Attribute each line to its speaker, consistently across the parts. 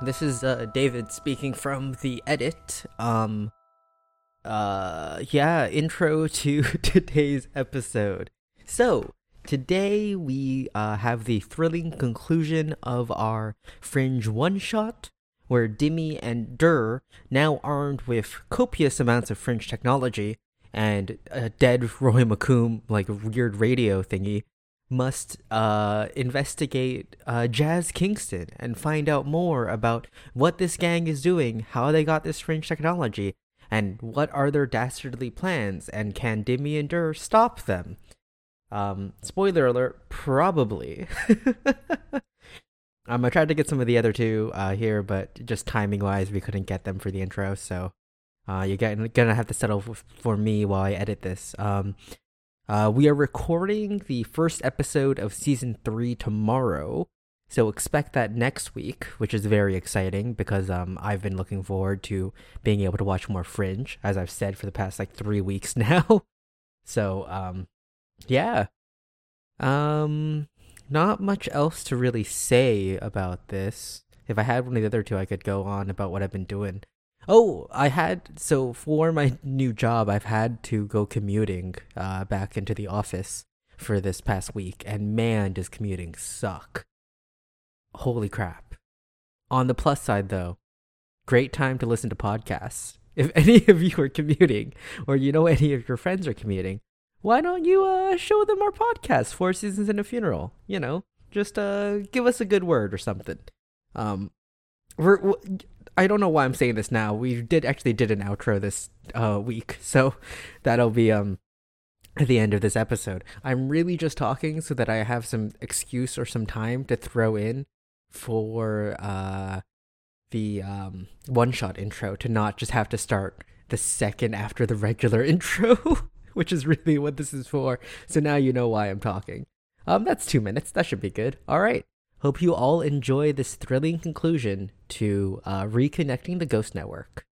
Speaker 1: This is uh, David speaking from the edit. Um, uh, yeah, intro to today's episode. So today we uh, have the thrilling conclusion of our Fringe one shot, where Dimmy and Durr, now armed with copious amounts of Fringe technology and a dead Roy McComb like weird radio thingy, must uh, investigate uh, Jazz Kingston and find out more about what this gang is doing, how they got this fringe technology, and what are their dastardly plans, and can Demi and Durr stop them? Um, spoiler alert, probably. um, I tried to get some of the other two uh, here, but just timing wise, we couldn't get them for the intro, so uh, you're getting, gonna have to settle f- for me while I edit this. Um, uh, we are recording the first episode of season three tomorrow, so expect that next week, which is very exciting because um, I've been looking forward to being able to watch more Fringe, as I've said for the past like three weeks now. so, um, yeah, um, not much else to really say about this. If I had one of the other two, I could go on about what I've been doing. Oh, I had so for my new job, I've had to go commuting uh, back into the office for this past week, and man, does commuting suck. Holy crap! On the plus side, though, great time to listen to podcasts. If any of you are commuting, or you know any of your friends are commuting, why don't you uh, show them our podcast, Four Seasons and a Funeral? You know, just uh, give us a good word or something. Um, we're, w- I don't know why I'm saying this now. We did actually did an outro this uh, week, so that'll be um at the end of this episode. I'm really just talking so that I have some excuse or some time to throw in for uh the um one shot intro to not just have to start the second after the regular intro, which is really what this is for. So now you know why I'm talking. Um, that's two minutes. That should be good. All right. Hope you all enjoy this thrilling conclusion to uh, reconnecting the Ghost Network.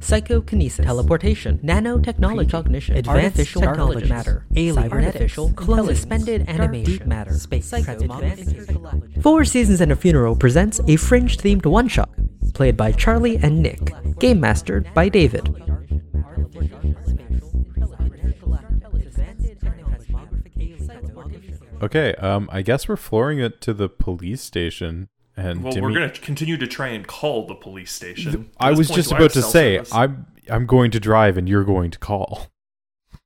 Speaker 1: Psychokinesis, teleportation, nanotechnology, cognition, artificial technology, matter, alien, artificial, cloning, suspended animation, deep matter, space, transmutation. Four Seasons and a Funeral presents a fringe-themed one-shot, played by Charlie and Nick, game mastered by David.
Speaker 2: Okay, um, I guess we're flooring it to the police station, and
Speaker 3: Well,
Speaker 2: Demi-
Speaker 3: we're going to continue to try and call the police station. At
Speaker 2: I
Speaker 3: this
Speaker 2: was
Speaker 3: point,
Speaker 2: just
Speaker 3: do I have
Speaker 2: about to
Speaker 3: cell
Speaker 2: say,
Speaker 3: service?
Speaker 2: I'm I'm going to drive, and you're going to call.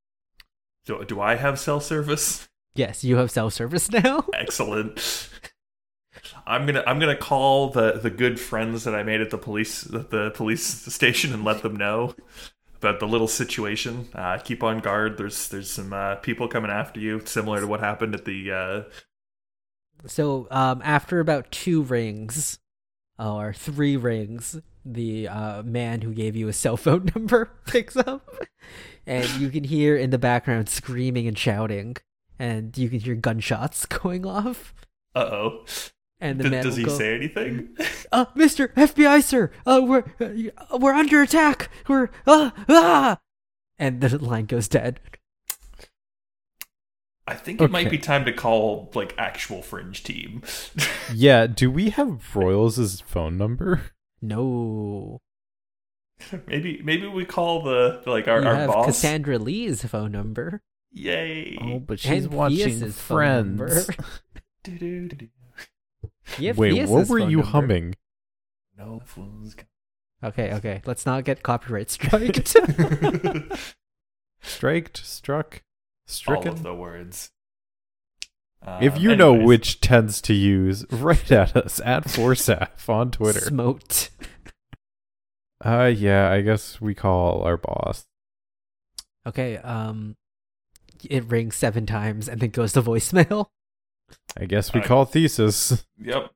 Speaker 3: do, do I have cell service?
Speaker 1: Yes, you have self-service now.
Speaker 3: Excellent. I'm gonna I'm gonna call the the good friends that I made at the police at the police station and let them know about the little situation. Uh, keep on guard. There's there's some uh, people coming after you, similar to what happened at the. Uh,
Speaker 1: So um, after about two rings, uh, or three rings, the uh, man who gave you his cell phone number picks up, and you can hear in the background screaming and shouting, and you can hear gunshots going off.
Speaker 3: uh oh.
Speaker 1: And the man
Speaker 3: does
Speaker 1: will
Speaker 3: he
Speaker 1: go,
Speaker 3: say anything?
Speaker 1: "Uh, Mister FBI, sir, uh, we're uh, we're under attack. We're ah ah," and the line goes dead.
Speaker 3: I think it might
Speaker 2: Okay.
Speaker 3: be time to call like actual fringe team.
Speaker 2: Yeah, do we have Royals' phone number?
Speaker 1: No,
Speaker 3: maybe maybe we call the like our,
Speaker 1: you
Speaker 3: our
Speaker 1: have
Speaker 3: boss.
Speaker 1: Cassandra Lee's phone number.
Speaker 3: Yay.
Speaker 4: Oh, but
Speaker 1: And
Speaker 4: she's watching
Speaker 1: Theus's phone number.
Speaker 4: Friends.
Speaker 3: Do-do-do-do.
Speaker 1: You have
Speaker 2: Wait,
Speaker 1: Theus's
Speaker 2: what were
Speaker 1: phone
Speaker 2: you
Speaker 1: number.
Speaker 2: humming?
Speaker 3: No fools. gone.
Speaker 1: Okay, okay. Let's not get copyright striked.
Speaker 2: Striked, struck,
Speaker 3: All
Speaker 2: stricken.
Speaker 3: of the words.
Speaker 2: if
Speaker 3: Um,
Speaker 2: you know
Speaker 3: anyways,
Speaker 2: which tends to use, write at us at Forsaf on Twitter.
Speaker 1: Smoked.
Speaker 2: Uh, yeah, I guess we call our boss.
Speaker 1: Okay, um it rings seven times and then goes to voicemail.
Speaker 2: I guess we
Speaker 3: Uh,
Speaker 2: call thesis.
Speaker 3: Yep.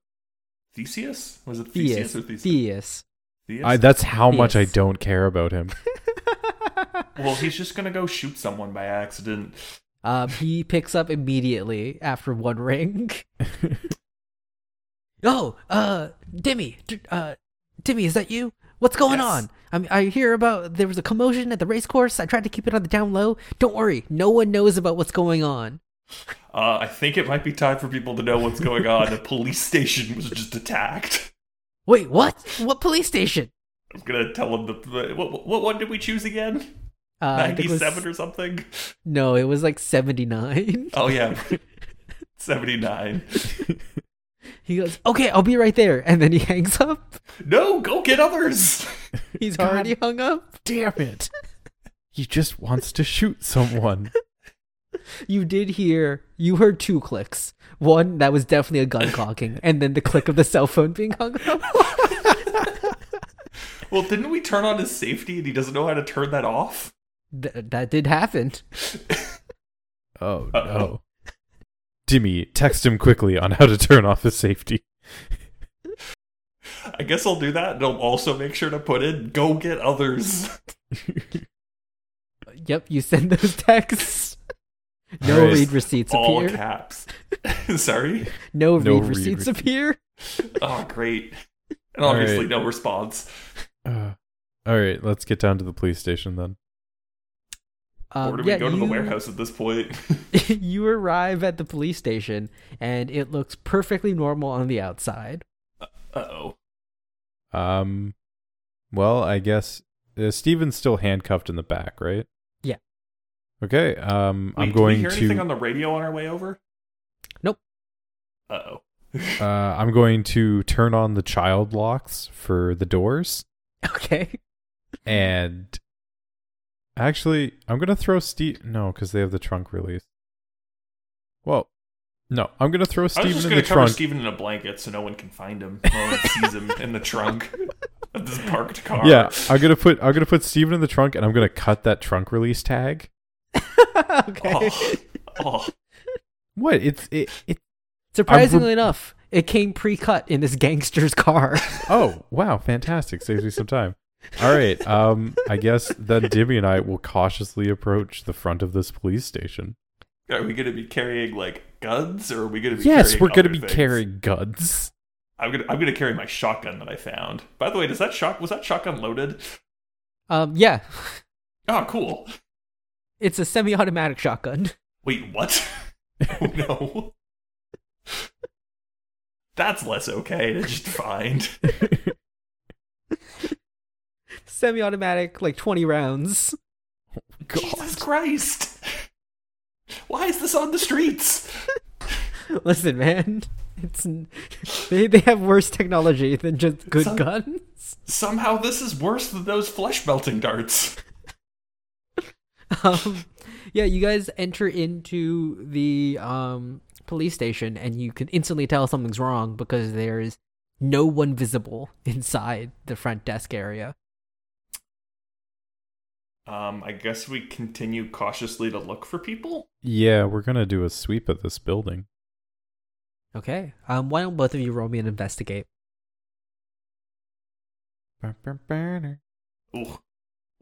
Speaker 3: Theseus? Was it Theseus
Speaker 1: Theus.
Speaker 3: or Theseus?
Speaker 1: Theus.
Speaker 3: Theus?
Speaker 2: I, that's how much I
Speaker 1: Theus.
Speaker 2: don't care about him.
Speaker 3: well, he's just gonna go shoot someone by accident.
Speaker 1: um he picks up immediately after one ring. oh, uh Dimmy, d- uh Dimmy, is that you? What's going
Speaker 3: Yes.
Speaker 1: on? I'm, I hear about there was a commotion at the race course. I tried to keep it on the down low. Don't worry, no one knows about what's going on.
Speaker 3: Uh, I think it might be time for people to know what's going on. A police station was just attacked.
Speaker 1: Wait, what? What police station?
Speaker 3: I'm gonna tell them the what, what one did we choose again?
Speaker 1: Uh, I think it was-
Speaker 3: Ninety-seven or something?
Speaker 1: no, it was like seventy nine.
Speaker 3: Oh yeah, seventy-nine.
Speaker 1: He goes, "Okay, I'll be right there," and then he hangs up.
Speaker 3: No, go get others.
Speaker 1: He's
Speaker 2: God.
Speaker 1: already hung up.
Speaker 2: Damn it. He just wants to shoot someone.
Speaker 1: You did hear. You heard two clicks. One that was definitely a gun cocking, and then the click of the cell phone being hung up.
Speaker 3: Well, didn't we turn on his safety and he doesn't know how to turn that off?
Speaker 1: Th- that did happen.
Speaker 2: Oh
Speaker 3: Uh-oh.
Speaker 2: no. Dimmy, text him quickly on how to turn off the safety.
Speaker 3: I guess I'll do that, and I'll also make sure to put in "Go get others."
Speaker 1: Yep, you send those texts. No
Speaker 2: Alright.
Speaker 1: read receipts
Speaker 3: all
Speaker 1: appear.
Speaker 3: caps. Sorry.
Speaker 1: no read
Speaker 2: No read
Speaker 1: receipts
Speaker 2: receipts.
Speaker 1: appear.
Speaker 3: Oh, great. And
Speaker 2: All
Speaker 3: obviously,
Speaker 2: right.
Speaker 3: no response.
Speaker 2: Uh, all right, let's get down to the police station then.
Speaker 1: Um,
Speaker 2: Uh,
Speaker 3: or do
Speaker 1: yeah,
Speaker 3: we go to the
Speaker 1: you-
Speaker 3: warehouse at this point?
Speaker 1: you arrive at the police station, and it looks perfectly normal on the outside.
Speaker 3: uh oh.
Speaker 2: Um, well, I guess uh, Steven's still handcuffed in the back, right?
Speaker 1: Yeah.
Speaker 2: Okay. Um, I'm
Speaker 3: Wait,
Speaker 2: going
Speaker 3: did we hear
Speaker 2: to.
Speaker 3: anything on the radio on our way over?
Speaker 1: Nope.
Speaker 3: Uh oh.
Speaker 2: uh, I'm going to turn on the child locks for the doors,
Speaker 1: Okay.
Speaker 2: and actually, I'm gonna throw Steve. No, because they have the trunk release. Well, no, I'm gonna throw
Speaker 3: I was
Speaker 2: Steven
Speaker 3: just
Speaker 2: in the
Speaker 3: going to cover
Speaker 2: trunk.
Speaker 3: Steven in a blanket so no one can find him. No one sees him in the trunk of this parked car.
Speaker 2: Yeah, I'm gonna put I'm gonna put Steven in the trunk, and I'm gonna cut that trunk release tag.
Speaker 1: okay.
Speaker 3: Oh, oh.
Speaker 2: What? It's it. it
Speaker 1: Surprisingly enough, it came pre-cut in this gangster's car.
Speaker 2: oh wow, fantastic! Saves me some time. All right. Um, I guess then Dibby and I will cautiously approach the front of this police station.
Speaker 3: Are we going to be carrying like guns, or are we going to be?
Speaker 2: Yes,
Speaker 3: carrying
Speaker 2: we're gonna
Speaker 3: other
Speaker 2: be
Speaker 3: things?
Speaker 2: carrying guns.
Speaker 3: I'm gonna I'm gonna carry my shotgun that I found. By the way, does that shot was that shotgun loaded?
Speaker 1: Um, yeah,
Speaker 3: Oh, cool.
Speaker 1: it's a semi-automatic shotgun.
Speaker 3: Wait, what? oh no. That's less okay to just find.
Speaker 1: Semi-automatic, like twenty rounds.
Speaker 3: Jesus Christ! Why is this on the streets?
Speaker 1: Listen, man, it's they they have worse technology than just good
Speaker 3: Some-
Speaker 1: guns.
Speaker 3: Somehow this is worse than those flesh melting darts.
Speaker 1: Um, yeah, you guys enter into the um police station, and you can instantly tell something's wrong because there's no one visible inside the front desk area.
Speaker 3: Um, I guess we continue cautiously to look for people.
Speaker 2: Yeah, we're gonna do a sweep of this building.
Speaker 1: Okay. Um, why don't both of you roll me an investigate?
Speaker 3: Ooh.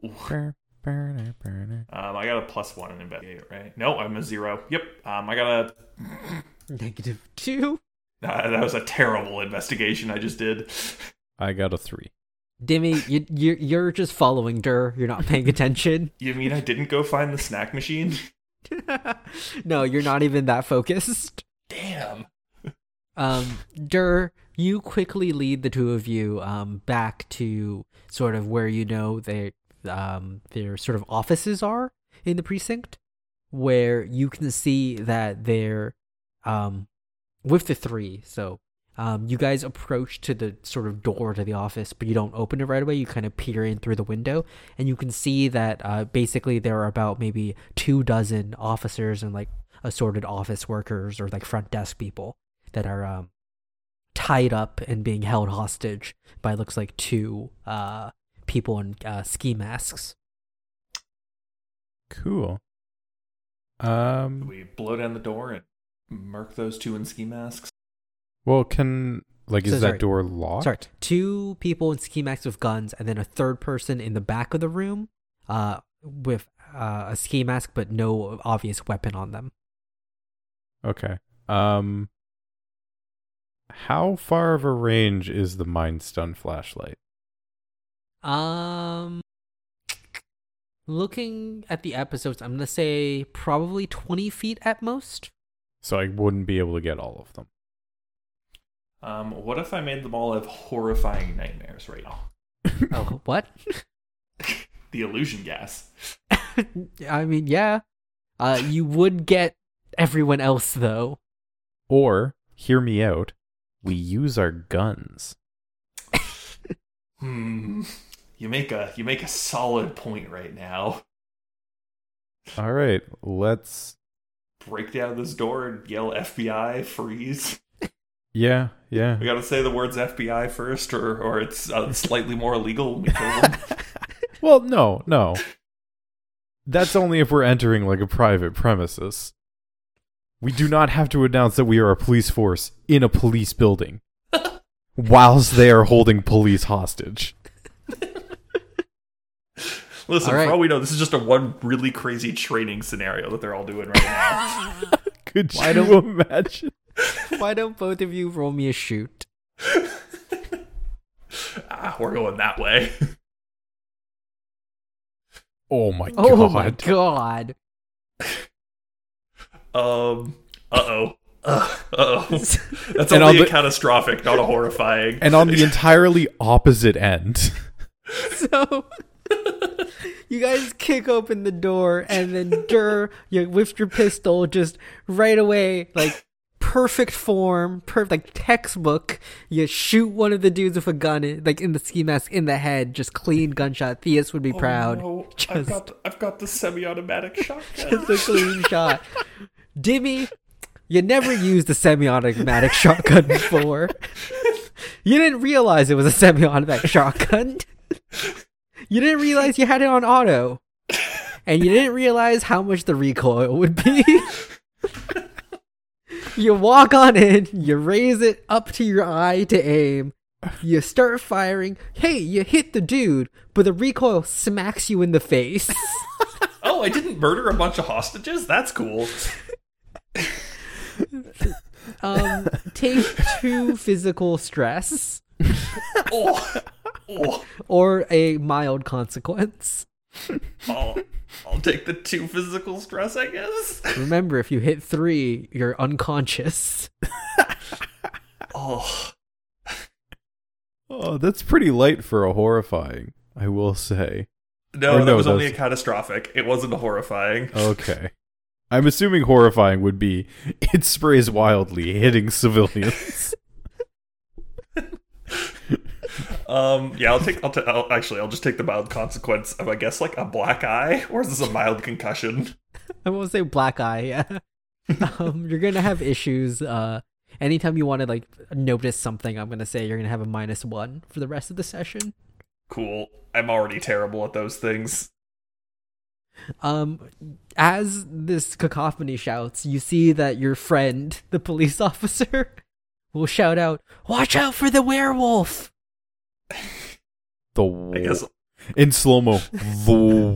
Speaker 3: Ooh.
Speaker 2: All
Speaker 3: Um, I got a plus one in investigate, right? No, I'm a zero. Yep. Um, I got a
Speaker 1: Negative two.
Speaker 3: Uh, that was a terrible investigation I just did.
Speaker 2: I got a three.
Speaker 1: Dimmy, you, you're, you're just following Dur. You're not paying attention.
Speaker 3: You mean I didn't go find the snack machine?
Speaker 1: no, you're not even that focused.
Speaker 3: Damn.
Speaker 1: Um, Dur, you quickly lead the two of you um, back to sort of where you know their um, their sort of offices are in the precinct, where you can see that they're um, with the three. So um, you guys approach to the sort of door to the office, but you don't open it right away. You kind of peer in through the window, and you can see that uh, basically there are about maybe two dozen officers and like assorted office workers or like front desk people that are um, tied up and being held hostage by looks like two uh, people in uh, ski masks.
Speaker 2: Cool.
Speaker 3: Did
Speaker 2: Um.
Speaker 3: we blow down the door and murk those two in ski masks?
Speaker 2: Well, can like is
Speaker 1: So
Speaker 2: that
Speaker 1: sorry.
Speaker 2: door locked?
Speaker 1: Sorry, two people in ski masks with guns, and then a third person in the back of the room uh, with uh, a ski mask but no obvious weapon on them.
Speaker 2: Okay. Um. How far of a range is the mind stun flashlight?
Speaker 1: Um, looking at the episodes, I'm gonna say probably 20 feet at most.
Speaker 2: So I wouldn't be able to get all of them.
Speaker 3: Um, what if I made them all have horrifying nightmares right now?
Speaker 1: Oh, what?
Speaker 3: The illusion gas.
Speaker 1: I mean, yeah. Uh, you would get everyone else though.
Speaker 2: Or, hear me out, we use our guns.
Speaker 3: Hmm. You make a you make a solid point right now.
Speaker 2: All right, let's.
Speaker 3: Break down this door and yell FBI freeze.
Speaker 2: Yeah, yeah.
Speaker 3: We gotta say the words FBI first, or or it's uh, slightly more illegal. When we kill them.
Speaker 2: Well, no, no. That's only if we're entering like a private premises. We do not have to announce that we are a police force in a police building whilst they are holding police hostage.
Speaker 3: Listen,
Speaker 1: All right.
Speaker 3: for all we know, this is just a one really crazy training scenario that they're all doing right now.
Speaker 2: Could
Speaker 1: Why
Speaker 2: you
Speaker 1: don't-
Speaker 2: imagine?
Speaker 1: Why don't both of you roll me a shoot?
Speaker 3: ah, we're going that way.
Speaker 2: Oh my
Speaker 1: Oh
Speaker 2: god.
Speaker 1: my god!
Speaker 3: Um. Uh oh. Uh oh. That's
Speaker 2: And on
Speaker 3: only a
Speaker 2: the-
Speaker 3: catastrophic, not a horrifying.
Speaker 2: And on the entirely opposite end.
Speaker 1: So you guys kick open the door, and then Dur, you with your pistol, just right away, like perfect form, perfect like textbook. You shoot one of the dudes with a gun, in- like in the ski mask, in the head, just clean gunshot. Theus would be proud.
Speaker 3: Oh, no, I've
Speaker 1: Just-
Speaker 3: got the, I've got the semi-automatic shotgun.
Speaker 1: It's a clean shot. Dimmy, you never used a semi-automatic shotgun before. You didn't realize it was a semi-automatic shotgun. You didn't realize you had it on auto. And you didn't realize how much the recoil would be. you walk on in, you raise it up to your eye to aim. You start firing. Hey, you hit the dude, but the recoil smacks you in the face.
Speaker 3: oh, I didn't murder a bunch of hostages. That's cool.
Speaker 1: Um, take two physical stress
Speaker 3: Oh, oh,
Speaker 1: or a mild consequence.
Speaker 3: I'll, I'll take the two physical stress, I guess.
Speaker 1: Remember, if you hit three, you're unconscious.
Speaker 3: Oh,
Speaker 2: Oh, that's pretty light for a horrifying, I will say.
Speaker 3: no,
Speaker 2: Or
Speaker 3: that
Speaker 2: no,
Speaker 3: was only a
Speaker 2: that's-
Speaker 3: catastrophic. It wasn't horrifying.
Speaker 2: Okay. I'm assuming horrifying would be it sprays wildly, hitting civilians.
Speaker 3: Um, yeah, I'll take. I'll, ta- I'll actually. I'll just take the mild consequence of, I guess, like a black eye, or is this a mild concussion?
Speaker 1: I won't say black eye. Yeah. um, you're gonna have issues. Uh, anytime you want to like notice something, I'm gonna say you're gonna have a minus one for the rest of the session.
Speaker 3: Cool. I'm already terrible at those things.
Speaker 1: Um, as this cacophony shouts, you see that your friend, the police officer, will shout out, "Watch out for the werewolf!"
Speaker 2: The
Speaker 3: I guess.
Speaker 2: in slow mo. The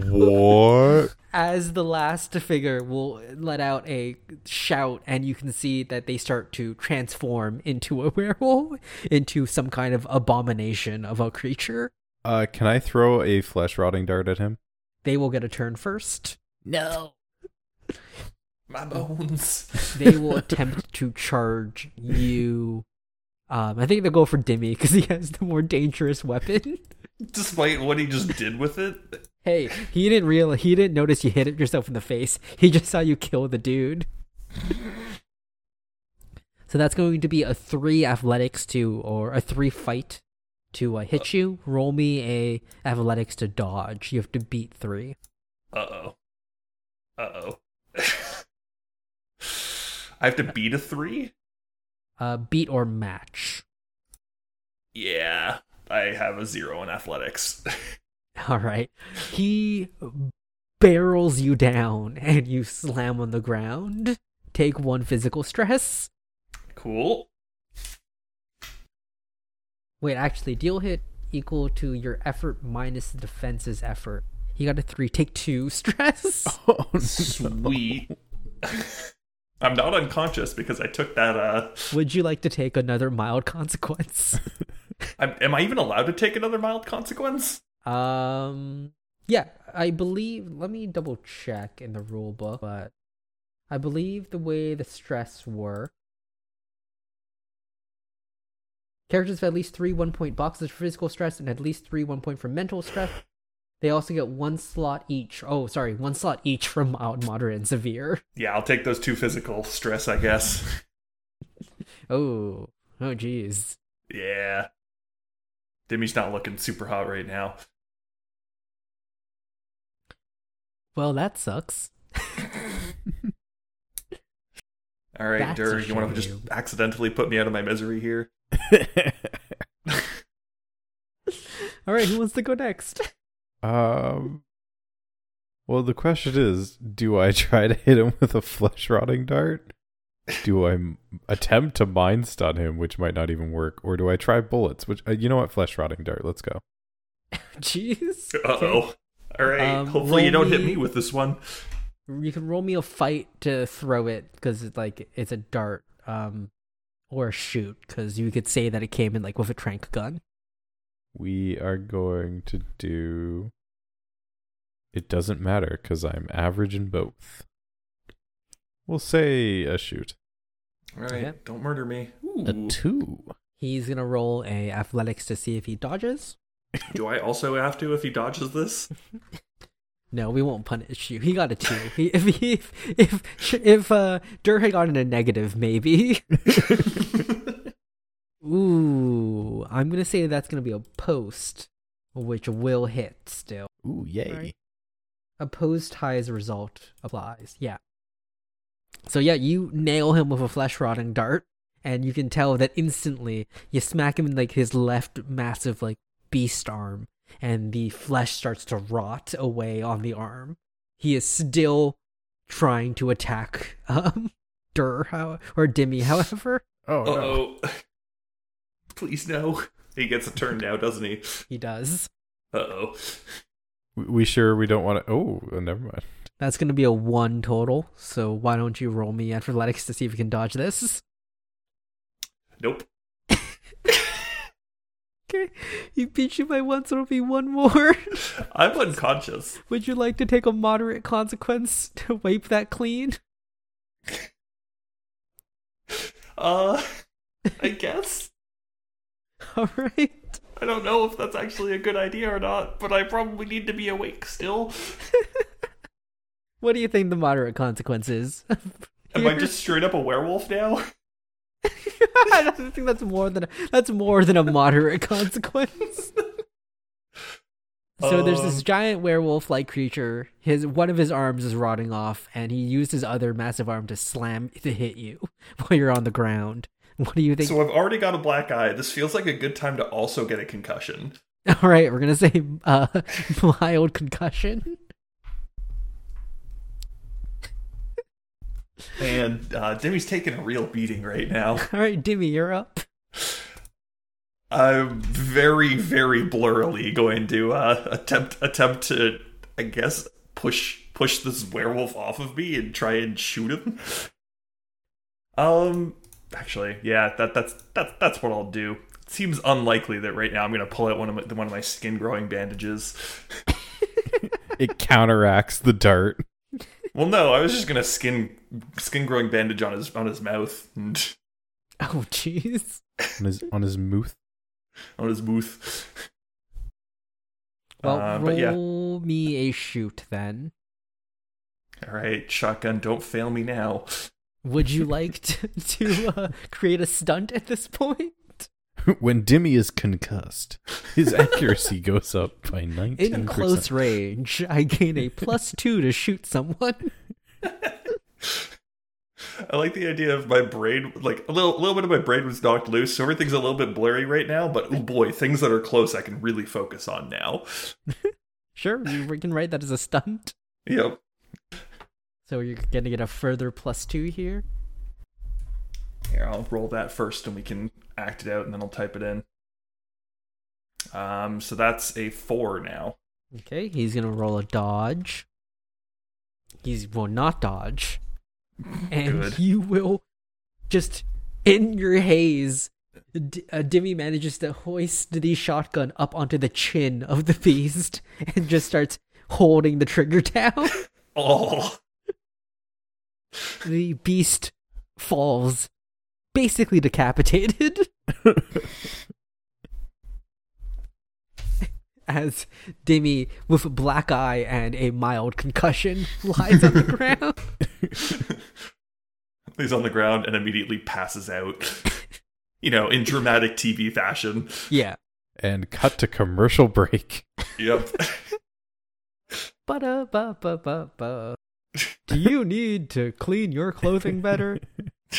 Speaker 2: what?
Speaker 1: as the last figure will let out a shout and you can see that they start to transform into a werewolf into some kind of abomination of a creature
Speaker 2: Uh, can I throw a flesh rotting dart at him?
Speaker 1: they will get a turn first no
Speaker 3: My bones.
Speaker 1: they will attempt to charge you um, i think they'll go for dimmy because he has the more dangerous weapon
Speaker 3: Despite what he just did with it.
Speaker 1: hey he didn't real he didn't notice you hit it yourself in the face he just saw you kill the dude so that's going to be a three athletics to or a three fight to uh, hit you roll me a athletics to dodge you have to beat three
Speaker 3: Uh oh. Uh oh. I have to beat a three.
Speaker 1: uh beat or match
Speaker 3: Yeah, I have a zero in athletics.
Speaker 1: all right he barrels you down and you slam on the ground take one physical stress
Speaker 3: cool.
Speaker 1: Wait, actually, deal hit equal to your effort minus the defense's effort. You got a three. Take two stress.
Speaker 2: Oh,
Speaker 3: Sweet. I'm not unconscious because I took that. Uh,
Speaker 1: Would you like to take another mild consequence?
Speaker 3: I'm, am I even allowed to take another mild consequence?
Speaker 1: um, yeah, I believe. Let me double check in the rule book, but I believe the way the stress were. Characters have at least three one point boxes for physical stress and at least three one point for mental stress. They also get one slot each. Oh, sorry, one slot each for mild, moderate, and severe.
Speaker 3: Yeah, I'll take those two physical stress, I guess.
Speaker 1: Oh, oh, geez.
Speaker 3: yeah. Demi's not looking super hot right now.
Speaker 1: Well, that sucks.
Speaker 3: All right,
Speaker 1: That's a
Speaker 3: Dur, you want to just
Speaker 1: shame.
Speaker 3: accidentally put me out of my misery here?
Speaker 1: All right, who wants to go next?
Speaker 2: um. Well, the question is, do I try to hit him with a flesh rotting dart? Do I m- attempt to mind stun him, which might not even work, or do I try bullets? Which uh, you know what, flesh rotting dart. Let's go.
Speaker 1: Jeez.
Speaker 3: Uh oh. All right.
Speaker 1: Um,
Speaker 3: Hopefully you don't hit
Speaker 1: roll me-
Speaker 3: me with this one.
Speaker 1: You can roll me a fight to throw it because it's like it's a dart, um, or a shoot because you could say that it came in like with a trank gun.
Speaker 2: We are going to do. It doesn't matter because I'm average in both. We'll say a shoot.
Speaker 3: All right.
Speaker 1: Okay.
Speaker 3: Don't murder me. Uh, Ooh.
Speaker 2: two.
Speaker 1: He's gonna roll a athletics to see if he dodges.
Speaker 3: Do I also have to if he dodges this?
Speaker 1: No, we won't punish you. He got a two. He, if he, if if if uh, Dur had gotten a negative, maybe. Ooh, I'm gonna say that's gonna be a post, which will hit still.
Speaker 2: Ooh, yay.
Speaker 1: Right. A post high as a result applies. Yeah. So yeah, you nail him with a flesh rotting dart, and you can tell that instantly you smack him in like his left massive like beast arm, and the flesh starts to rot away on the arm. He is still trying to attack um Dur how or Demi, however.
Speaker 2: Oh,
Speaker 3: Uh
Speaker 2: no.
Speaker 3: oh. Please no. He gets a turn now, doesn't he?
Speaker 1: He does.
Speaker 3: Uh oh.
Speaker 2: We- We sure we don't want to. Oh, uh, never mind.
Speaker 1: That's going to be a one total. So why don't you roll me athletics to see if you can dodge this?
Speaker 3: Nope.
Speaker 1: Okay, he beat you by one, so it'll be one more.
Speaker 3: I'm unconscious.
Speaker 1: Would you like to take a moderate consequence to wipe that clean?
Speaker 3: Uh, I guess.
Speaker 1: All right.
Speaker 3: I don't know if that's actually a good idea or not, but I probably need to be awake still.
Speaker 1: What do you think the moderate consequence is?
Speaker 3: Am I
Speaker 1: Here?
Speaker 3: just straight up a werewolf now?
Speaker 1: I don't think that's more than a, that's more than a moderate consequence. So there's this
Speaker 3: Um.
Speaker 1: giant werewolf-like creature. His one of his arms is rotting off, and he used his other massive arm to slam to hit you while you're on the ground. What do you think?
Speaker 3: So I've already got a black eye. This feels like a good time to also get a concussion.
Speaker 1: All right, we're gonna say uh, mild concussion.
Speaker 3: And uh, Demi's taking a real beating right now.
Speaker 1: All right, Dimmy, you're up.
Speaker 3: I'm very, very blurrily going to uh, attempt attempt to, I guess, push push this werewolf off of me and try and shoot him. Um, actually, yeah, that that's that's that's what I'll do. It seems unlikely that right now I'm going to pull out one of my, one of my skin growing bandages.
Speaker 2: It counteracts the dart.
Speaker 3: Well, no, I was just going to skin skin growing bandage on his on his mouth and
Speaker 1: Oh, jeez.
Speaker 2: On his, on his mouth.
Speaker 3: on his booth.
Speaker 1: Well,
Speaker 3: Uh, but yeah.
Speaker 1: roll me a shoot then.
Speaker 3: All right, shotgun, don't fail me now.
Speaker 1: Would you like to, to uh, create a stunt at this point?
Speaker 2: when Dimmy is concussed, his accuracy goes up by 19%.
Speaker 1: In close range, I gain a plus two to shoot someone.
Speaker 3: I like the idea of my brain, like a little, little bit of my brain was knocked loose, so everything's a little bit blurry right now. But oh boy, things that are close, I can really focus on now.
Speaker 1: Sure, you- we can write that as a stunt.
Speaker 3: Yep.
Speaker 1: So you're gonna get a further plus two here.
Speaker 3: Here, I'll roll that first, and we can act it out, and then I'll type it in. Um, so that's a four now.
Speaker 1: Okay, he's gonna roll a dodge. He will not dodge, and
Speaker 3: Good.
Speaker 1: you will just in your haze. D- uh, Dimmy manages to hoist the shotgun up onto the chin of the beast and just starts holding the trigger down.
Speaker 3: Oh,
Speaker 1: the beast falls, basically decapitated. As Demi, with a black eye and a mild concussion, lies on the ground.
Speaker 3: He's on the ground and immediately passes out. you know, in dramatic TV fashion.
Speaker 1: Yeah.
Speaker 2: And cut to commercial break.
Speaker 3: Yep.
Speaker 1: Ba-da-ba-ba-ba-ba. Do you need to clean your clothing better?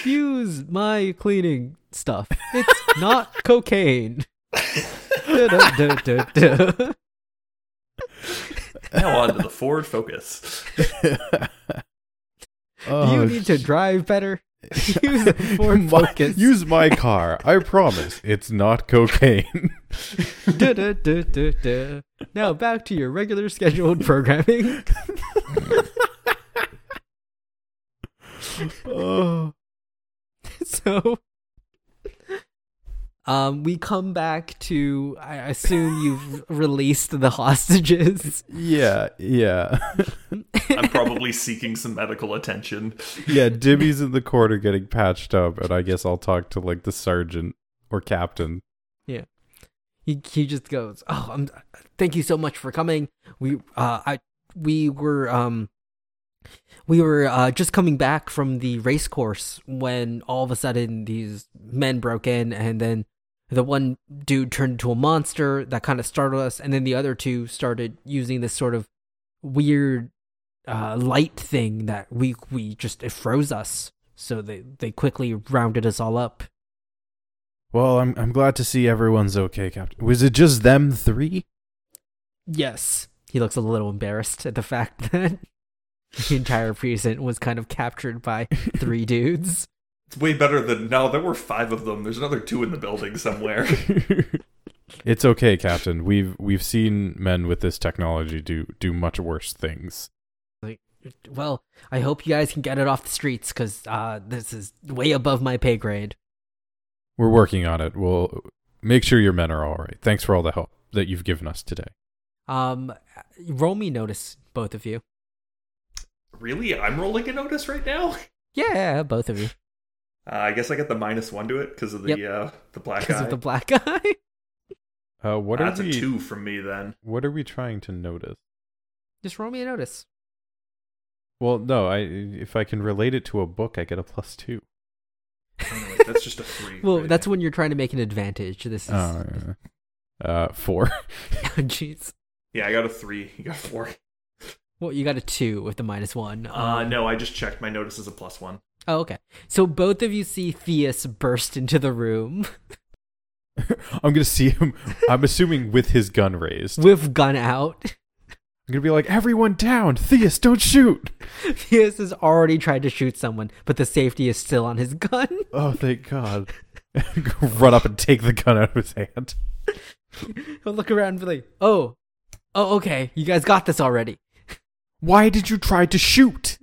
Speaker 1: Use my cleaning stuff. It's not cocaine. Du-du-du-du-du.
Speaker 3: now on to the Ford Focus.
Speaker 1: Do you
Speaker 2: Oh,
Speaker 1: need to drive better? Use the Ford
Speaker 2: my,
Speaker 1: Focus.
Speaker 2: Use my car. I promise it's not cocaine.
Speaker 1: Du-du-du-du-du. Now back to your regular scheduled programming.
Speaker 2: oh.
Speaker 1: so um we come back to i assume you've released the hostages
Speaker 2: Yeah, yeah.
Speaker 3: I'm probably seeking some medical attention.
Speaker 2: Yeah, Dibby's in the corner getting patched up, and I guess I'll talk to like the sergeant or captain.
Speaker 1: he, he just goes oh i'm thank you so much for coming we uh i we were um we were uh, just coming back from the race course when all of a sudden these men broke in and then the one dude turned into a monster that kind of startled us and then the other two started using this sort of weird uh, light thing that we we just it froze us so they they quickly rounded us all up
Speaker 2: Well, I'm I'm glad to see everyone's okay, Captain. Was it just them three?
Speaker 1: Yes. He looks a little embarrassed at the fact that the entire precinct was kind of captured by three dudes.
Speaker 3: It's way better than no, there were five of them. There's another two in the building somewhere.
Speaker 2: It's okay, Captain. We've we've seen men with this technology do do much worse things.
Speaker 1: Well, I hope you guys can get it off the streets because uh, this is way above my pay grade.
Speaker 2: We're working on it. We'll make sure your men are all right. Thanks for all the help that you've given us today.
Speaker 1: Um, roll me notice, both of you.
Speaker 3: really? I'm rolling a notice right now?
Speaker 1: Yeah, both of you.
Speaker 3: Uh, I guess I get the minus one to it because of the
Speaker 1: Yep.
Speaker 3: uh, the black
Speaker 1: Because
Speaker 3: eye.
Speaker 1: of the black eye.
Speaker 2: Uh, what
Speaker 3: That's
Speaker 2: are we?
Speaker 3: a two from me then.
Speaker 2: What are we trying to notice?
Speaker 1: Just roll me a notice.
Speaker 2: Well, no. I if I can relate it to a book, I get a plus two.
Speaker 3: Oh, no, wait, that's just a three.
Speaker 1: Well,
Speaker 3: right?
Speaker 1: that's when you're trying to make an advantage. This is. oh,
Speaker 2: Uh, uh, four.
Speaker 1: Jeez.
Speaker 3: yeah. I got a three. You got a four.
Speaker 1: well, you got a two with the minus one.
Speaker 3: Uh,
Speaker 1: Um,
Speaker 3: no, I just checked. My notice is a plus one.
Speaker 1: Oh, okay. So both of you see Theus burst into the room
Speaker 2: I'm gonna see him. I'm assuming with his gun raised. I'm
Speaker 1: with gun out.
Speaker 2: gonna be like, everyone down, Theus, don't shoot.
Speaker 1: Theus has already tried to shoot someone, but the safety is still on his gun.
Speaker 2: Oh, thank God. Run up and take the gun out of his hand.
Speaker 1: He'll look around and be like, oh, oh, okay, you guys got this already.
Speaker 2: Why did you try to shoot?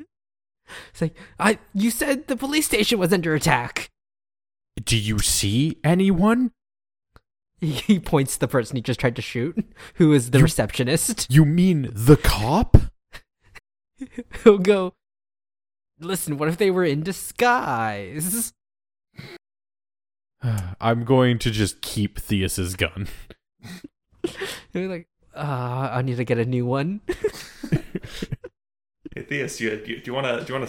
Speaker 1: It's like, I, you said the police station was under attack.
Speaker 2: Do you see anyone?
Speaker 1: He, he points to the person he just tried to shoot, who is the
Speaker 2: You-
Speaker 1: receptionist.
Speaker 2: You mean the cop?
Speaker 1: He'll go, listen, what if they were in disguise?
Speaker 2: I'm going to just keep Theus's gun.
Speaker 1: He'll be like, uh, I need to get a new one.
Speaker 3: Hey, Theus, you, do you- do you want to do you want a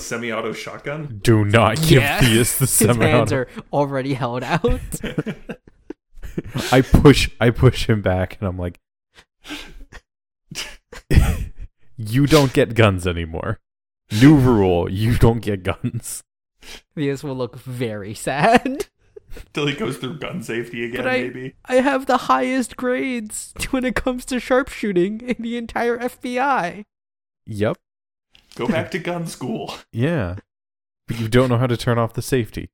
Speaker 3: semi-auto shotgun?
Speaker 2: Do not give
Speaker 1: Yeah.
Speaker 2: Theus the
Speaker 1: His hands
Speaker 2: semi
Speaker 1: are already held out.
Speaker 2: I push I push him back and I'm like You don't get guns anymore. New rule, you don't get guns.
Speaker 1: This will look very sad.
Speaker 3: Till he goes through gun safety again,
Speaker 1: But I-
Speaker 3: maybe.
Speaker 1: I have the highest grades when it comes to sharpshooting in the entire FBI.
Speaker 2: Yep.
Speaker 3: Go back to gun school.
Speaker 2: Yeah. But you don't know how to turn off the safety.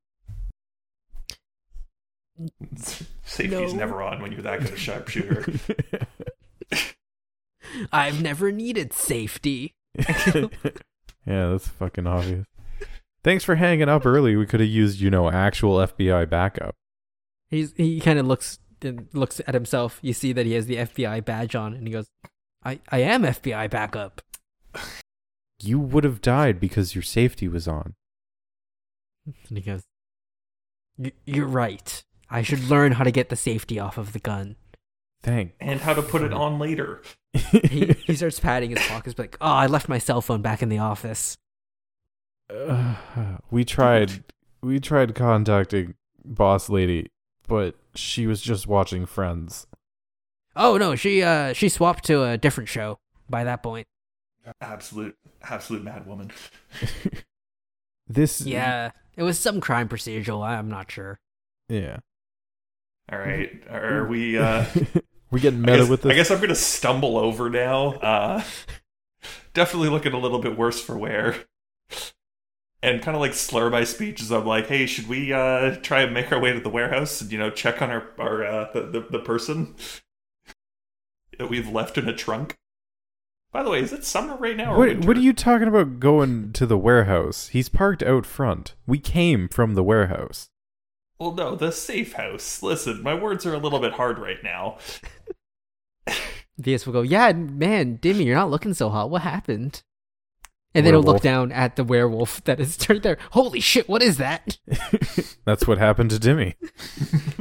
Speaker 3: Safety's
Speaker 1: No.
Speaker 3: never on when you're that good a sharpshooter.
Speaker 1: I've never needed safety.
Speaker 2: yeah, that's fucking obvious. Thanks for hanging up early. We could have used, you know, actual FBI backup.
Speaker 1: He's he kind of looks and looks at himself. You see that he has the FBI badge on, and he goes, "I I am FBI backup."
Speaker 2: You would have died because your safety was on.
Speaker 1: And he goes, "Y- "You're right. I should learn how to get the safety off of the gun."
Speaker 2: Thank.
Speaker 3: and how to put it on later.
Speaker 1: He he starts patting his pockets, like, "Oh, I left my cell phone back in the office."
Speaker 2: Uh, we tried. We tried contacting boss lady, but she was just watching Friends.
Speaker 1: Oh no, she uh she swapped to a different show by that point.
Speaker 3: Absolute, absolute mad woman.
Speaker 2: This.
Speaker 1: Yeah, it was some crime procedural. I'm not sure.
Speaker 2: Yeah.
Speaker 3: All right, are we? Uh,
Speaker 2: we getting
Speaker 3: I
Speaker 2: meta
Speaker 3: guess,
Speaker 2: with this.
Speaker 3: I guess I'm gonna stumble over now. Uh, definitely looking a little bit worse for wear, and kind of like slur my speech as I'm like, "Hey, should we uh, try and make our way to the warehouse and you know check on our our uh, the, the the person that we've left in a trunk?" By the way, is it summer right now? Or
Speaker 2: What,
Speaker 3: winter?
Speaker 2: what are you talking about going to the warehouse? He's parked out front. We came from the warehouse.
Speaker 3: Well, no, the safe house. Listen, my words are a little bit hard right now.
Speaker 1: Vias will go, "Yeah, man, Dimmy, you're not looking so hot. What happened?" And then he'll look
Speaker 2: Werewolf.
Speaker 1: down at the werewolf that is turned there. Holy shit, what is that?
Speaker 2: That's what happened to Dimmy.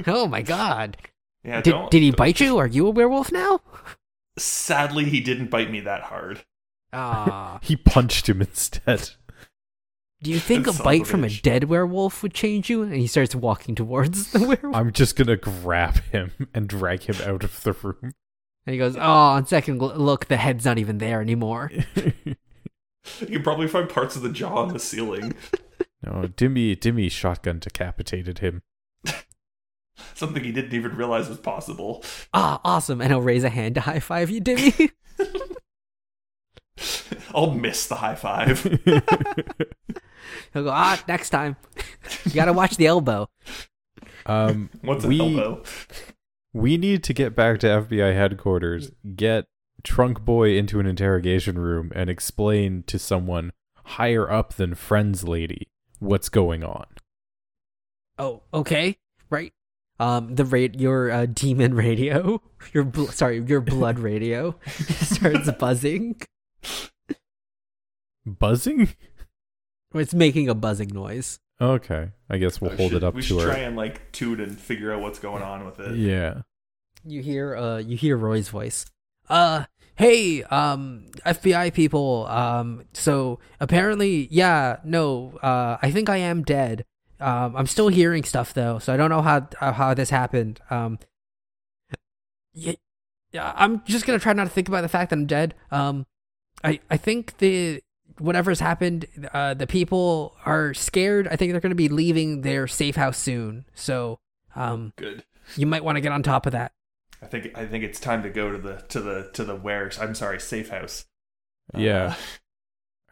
Speaker 1: oh my god.
Speaker 3: Yeah,
Speaker 1: Did,
Speaker 3: don't.
Speaker 1: did he bite you? Are you a werewolf now?
Speaker 3: Sadly, he didn't bite me that hard.
Speaker 1: Ah.
Speaker 2: He punched him instead.
Speaker 1: do you think a
Speaker 3: Son of
Speaker 1: bite
Speaker 3: a
Speaker 1: from a
Speaker 3: bitch.
Speaker 1: dead werewolf would change you? And he starts walking towards the werewolf.
Speaker 2: I'm just gonna grab him and drag him out of the room.
Speaker 1: and he goes, "Oh, on second gl- look, the head's not even there anymore."
Speaker 3: You can probably find parts of the jaw on the ceiling.
Speaker 2: no, Dimmy, Dimmy shotgun decapitated him.
Speaker 3: Something he didn't even realize was possible.
Speaker 1: Ah, awesome! And he'll raise a hand to high five you, Dimmy.
Speaker 3: I'll miss the high five.
Speaker 1: he'll go, "Ah, next time, you gotta watch the elbow."
Speaker 2: um,
Speaker 3: What's an
Speaker 2: we,
Speaker 3: elbow?
Speaker 2: We need to get back to FBI headquarters, get Trunk Boy into an interrogation room, and explain to someone higher up than Friends Lady what's going on.
Speaker 1: Oh, okay, right. Um, the ra- your uh, demon radio, your bl- sorry, your blood radio starts buzzing.
Speaker 2: Buzzing?
Speaker 1: It's making a buzzing noise.
Speaker 2: Okay. I guess we'll
Speaker 3: We
Speaker 2: hold
Speaker 3: should-
Speaker 2: it up
Speaker 3: We
Speaker 2: to
Speaker 3: should try
Speaker 2: her.
Speaker 3: and like tune and figure out what's going on with it.
Speaker 2: Yeah.
Speaker 1: You hear, uh, you hear Roy's voice. Uh, hey, um, FBI people. Um, so apparently, yeah, no, uh, I think I am dead. Um, I'm still hearing stuff though, so I don't know how uh, how this happened. Um, yeah, yeah, I'm just gonna try not to think about the fact that I'm dead. Um, I I think the whatever's happened, uh, the people are scared. I think they're gonna be leaving their safe house soon. So, um,
Speaker 3: Good.
Speaker 1: you might want to get on top of that.
Speaker 3: I think I think it's time to go to the to the to the where I'm sorry, safe house.
Speaker 2: Yeah.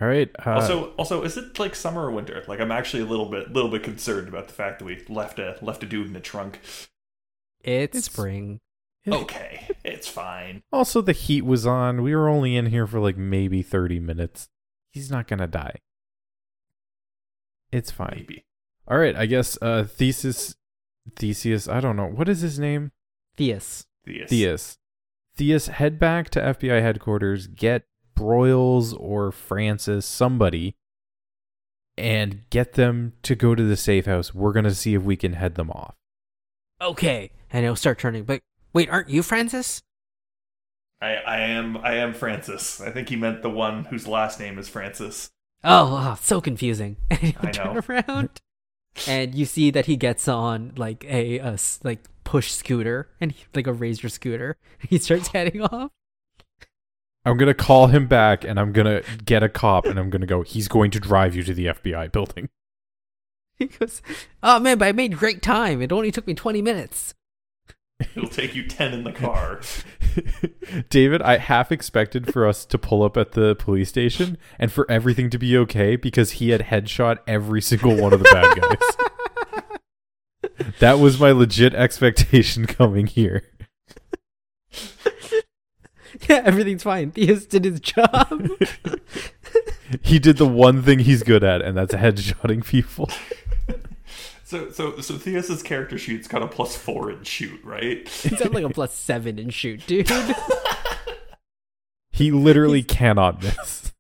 Speaker 2: All right. Uh,
Speaker 3: Uh, also also is it like summer or winter? Like I'm actually a little bit little bit concerned about the fact that we left a left a dude in a trunk.
Speaker 1: It's,
Speaker 2: It's-
Speaker 1: spring.
Speaker 3: Okay. it's fine.
Speaker 2: also, the heat was on. We were only in here for like maybe 30 minutes. He's not going to die. It's fine.
Speaker 3: Maybe.
Speaker 2: All right. I guess uh, Thesis. Theseus. I don't know. What is his name?
Speaker 1: Theus.
Speaker 3: Theus.
Speaker 2: Theus. Theus, head back to FBI headquarters, get Broyles or Francis, somebody, and get them to go to the safe house. We're going to see if we can head them off.
Speaker 1: Okay. And it'll start turning. But wait, aren't you Francis?
Speaker 3: I, I am I am Francis. I think he meant the one whose last name is Francis.
Speaker 1: Oh, wow, so confusing. And he'll
Speaker 3: I
Speaker 1: turn
Speaker 3: know.
Speaker 1: around. and you see that he gets on like a, a s- like push scooter and he, like a razor scooter. He starts heading off.
Speaker 2: I'm going to call him back and I'm going to get a cop and I'm going to go, he's going to drive you to the FBI building.
Speaker 1: He goes, "Oh man, but I made great time. It only took me 20 minutes."
Speaker 3: It'll take you ten in the car.
Speaker 2: David, I half expected for us to pull up at the police station and for everything to be okay because he had headshot every single one of the bad guys. That was my legit expectation coming here.
Speaker 1: yeah, everything's fine. Theus did his job.
Speaker 2: He did the one thing he's good at, and that's headshotting people.
Speaker 3: So so so Theus's character sheet's got a plus four in shoot, right?
Speaker 1: He's at like a plus 7 in shoot, dude.
Speaker 2: He literally cannot miss.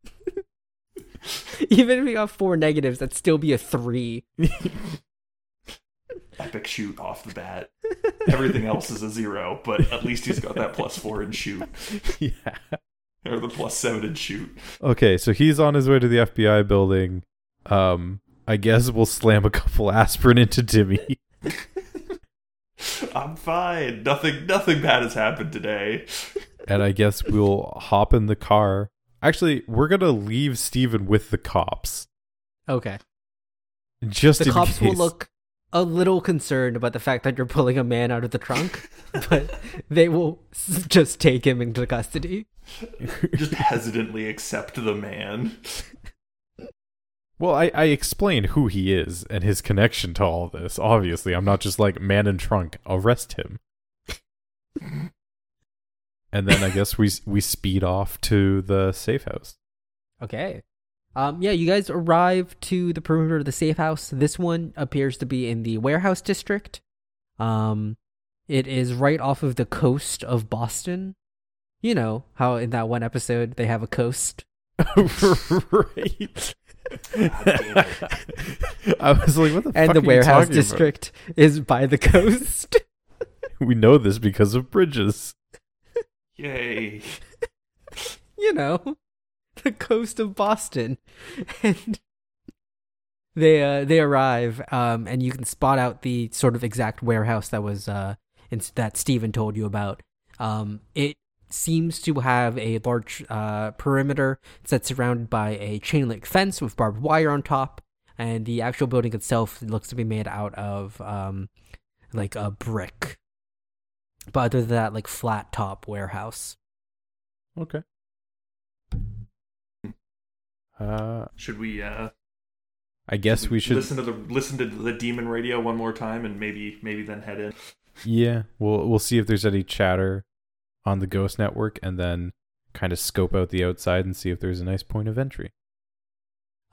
Speaker 1: Even if we got four negatives, that'd still be a three.
Speaker 3: Epic shoot off the bat. Everything else is a zero, but at least he's got that plus four in shoot
Speaker 2: yeah.
Speaker 3: or the plus seven in shoot.
Speaker 2: Okay, so he's on his way to the FBI building. Um, I guess we'll slam a couple aspirin into Timmy.
Speaker 3: I'm fine. Nothing. Nothing bad has happened today.
Speaker 2: and I guess we'll hop in the car. Actually, we're gonna leave Steven with the cops.
Speaker 1: Okay.
Speaker 2: Just
Speaker 1: The
Speaker 2: in
Speaker 1: cops will
Speaker 2: case.
Speaker 1: look a little concerned about the fact that you're pulling a man out of the trunk, but they will s- just take him into custody.
Speaker 3: Just hesitantly accept the man.
Speaker 2: Well, I, I explained who he is and his connection to all this. Obviously, I'm not just like man in trunk, arrest him. and then I guess we we speed off to the safe house.
Speaker 1: Okay. Um, yeah, you guys arrive to the perimeter of the safe house. This one appears to be in the warehouse district. Um, it is right off of the coast of Boston. You know how in that one episode they have a coast.
Speaker 2: right. I was like, what the
Speaker 1: and
Speaker 2: fuck
Speaker 1: the
Speaker 2: are you
Speaker 1: warehouse
Speaker 2: talking about?
Speaker 1: district is by the coast.
Speaker 2: We know this because of bridges.
Speaker 3: Yay!
Speaker 1: you know, the coast of Boston, and they uh, they arrive, um, and you can spot out the sort of exact warehouse that was uh, in, that Stephen told you about. Um, it seems to have a large uh, perimeter that's surrounded by a chain link fence with barbed wire on top, and the actual building itself looks to be made out of um, like a brick. But other than that, like flat top warehouse.
Speaker 2: Okay. Uh,
Speaker 3: Should we? uh
Speaker 2: I guess we should.
Speaker 3: listen to the listen to the demon radio one more time, and maybe maybe then head in.
Speaker 2: Yeah, we'll we'll see if there's any chatter on the Ghost Network, and then kind of scope out the outside and see if there's a nice point of entry.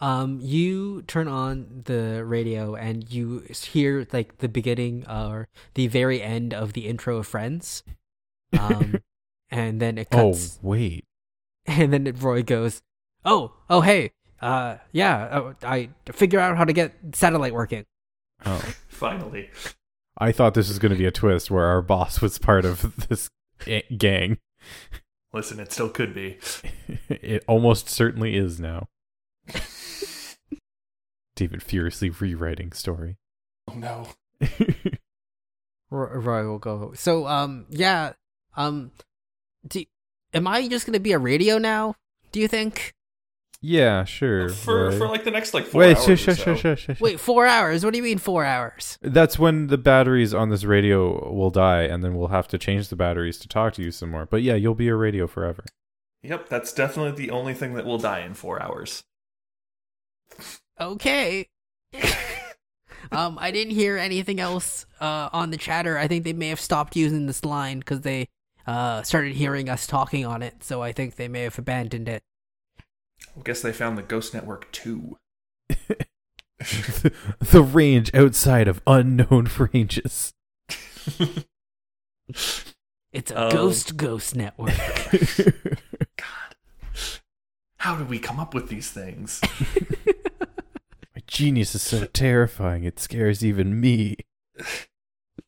Speaker 1: Um, you turn on the radio and you hear like the beginning or the very end of the intro of Friends. Um, and then it cuts,
Speaker 2: Oh wait,
Speaker 1: and then it- Roy goes, "Oh, oh, hey, uh, yeah, oh, I figure out how to get satellite working."
Speaker 2: oh,
Speaker 3: Finally,
Speaker 2: I thought this was going to be a twist where our boss was part of this a- gang.
Speaker 3: listen. It still could be.
Speaker 2: it almost certainly is now. David furiously rewriting story.
Speaker 3: Oh no!
Speaker 1: Ro- Roy will go. So, um, yeah, um, do, am I just gonna be a radio now? Do you think?
Speaker 2: yeah, sure.
Speaker 3: For
Speaker 2: Roy.
Speaker 3: for like the next like four
Speaker 2: wait,
Speaker 3: hours.
Speaker 2: sure,
Speaker 3: or
Speaker 2: sure,
Speaker 3: so.
Speaker 2: sure, sure, sure, sure.
Speaker 1: Wait, four hours? What do you mean four hours?
Speaker 2: That's when the batteries on this radio will die, and then we'll have to change the batteries to talk to you some more. But yeah, you'll be a radio forever.
Speaker 3: Yep, that's definitely the only thing that will die in four hours.
Speaker 1: okay. um, I didn't hear anything else uh, on the chatter. I think they may have stopped using this line because they uh, started hearing us talking on it. So I think they may have abandoned it.
Speaker 3: I guess they found the Ghost Network too.
Speaker 2: the range outside of unknown ranges.
Speaker 1: It's a
Speaker 3: Oh.
Speaker 1: ghost ghost network.
Speaker 3: How do we come up with these things?
Speaker 2: My genius is so terrifying; it scares even me.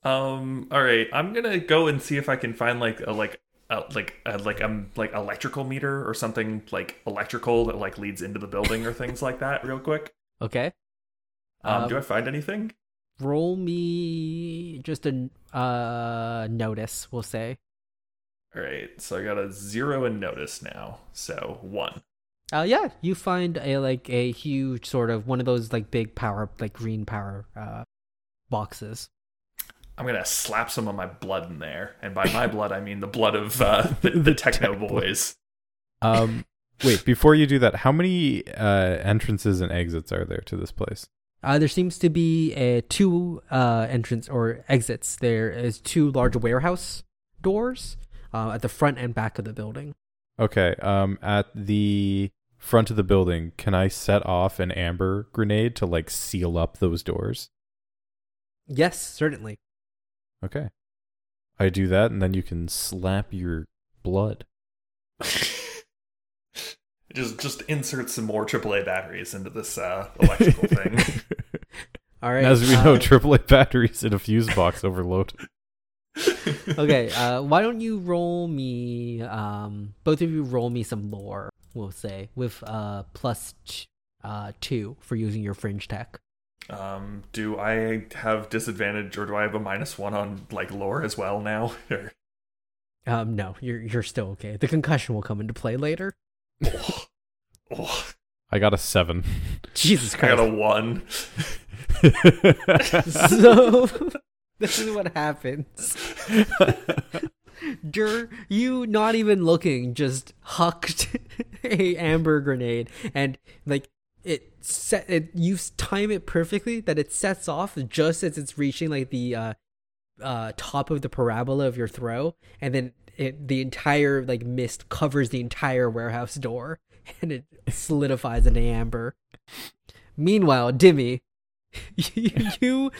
Speaker 3: um. All right, I'm gonna go and see if I can find like a like a, like a, like um like electrical meter or something like electrical that like leads into the building or things like that. Real quick.
Speaker 1: okay,
Speaker 3: Um,
Speaker 2: Uh,
Speaker 1: Um,
Speaker 3: do I find anything?
Speaker 1: roll me just a uh, notice. We'll say.
Speaker 3: All right, so I got a zero in notice now. So one.
Speaker 1: Uh, yeah, you find a like a huge sort of one of those like big power like green power uh, boxes.
Speaker 3: I'm gonna slap some of my blood in there, and by my blood I mean the blood of uh, the, the,
Speaker 2: The
Speaker 3: Techno
Speaker 2: Techno
Speaker 3: Boys.
Speaker 2: Um, wait, before you do that, how many uh, entrances and exits are there to this place?
Speaker 1: Uh, there seems to be uh, two uh, entrance or exits. There is two large warehouse doors uh, at the front and back of the building.
Speaker 2: Okay, um, at the front of the building, can I set off an amber grenade to like seal up those doors?
Speaker 1: Yes, certainly.
Speaker 2: Okay. I do that, and then you can slap your blood.
Speaker 3: Just just insert some more AAA batteries into this uh, electrical thing.
Speaker 1: All right.
Speaker 2: And as we know,
Speaker 1: uh,
Speaker 2: AAA batteries in a fuse box overload.
Speaker 1: okay. Uh, why don't you roll me? Um, both of you roll me some lore. We'll say with uh plus t- uh two for using your fringe tech.
Speaker 3: Um, do I have disadvantage, or do I have a minus one on like lore as well now? Or-
Speaker 1: Um, no, you're you're still okay. The concussion will come into play later.
Speaker 3: Oh,
Speaker 2: I got a seven.
Speaker 1: Jesus
Speaker 3: I got
Speaker 1: Christ.
Speaker 3: a one.
Speaker 1: so this is what happens. Dur, you not even looking, just hucked a amber grenade, and like it set it. You time it perfectly that it sets off just as it's reaching like the uh, uh, top of the parabola of your throw, and then it the entire like mist covers the entire warehouse door, and it solidifies into amber. Meanwhile, Dimmy, you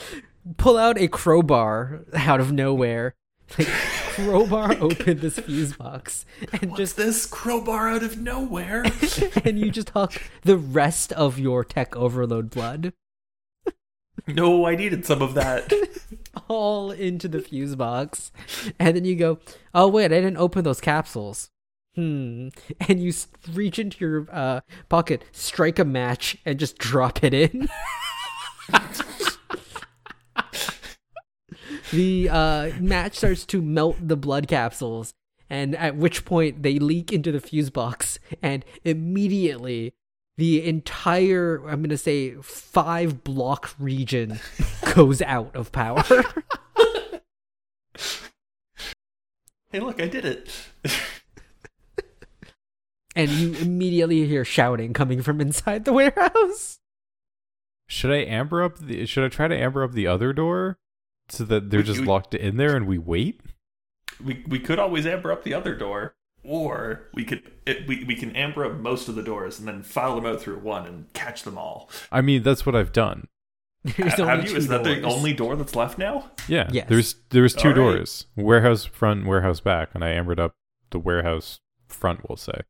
Speaker 1: pull out a crowbar out of nowhere, like crowbar open this fuse box, and
Speaker 3: What's
Speaker 1: just
Speaker 3: this crowbar out of nowhere?
Speaker 1: and you just huck the rest of your tech overload blood
Speaker 3: no, I needed some of that.
Speaker 1: all into the fuse box, and then you go, oh wait, I didn't open those capsules. Hmm. And you s- reach into your uh, pocket, strike a match, and just drop it in. the uh, match starts to melt the blood capsules, and at which point they leak into the fuse box, and immediately the entire, I'm going to say, five block region goes out of power.
Speaker 3: hey, look, I did it.
Speaker 1: and you immediately hear shouting coming from inside the warehouse.
Speaker 2: should I amber up the? Should I try to amber up the other door so that they're
Speaker 3: Would
Speaker 2: just
Speaker 3: you-
Speaker 2: locked in there and we wait?
Speaker 3: We we could always amber up the other door, or we could it, we we can amber up most of the doors and then file them out through one and catch them all.
Speaker 2: I mean, that's what I've done.
Speaker 1: There's
Speaker 3: Ha-
Speaker 1: only
Speaker 3: have you?
Speaker 1: two
Speaker 3: Is that the
Speaker 1: doors.
Speaker 3: only door that's left now?
Speaker 2: Yeah.
Speaker 1: Yes.
Speaker 2: There's there's two
Speaker 3: All right.
Speaker 2: doors: warehouse front, warehouse back, and I ambered up the warehouse front. We'll say.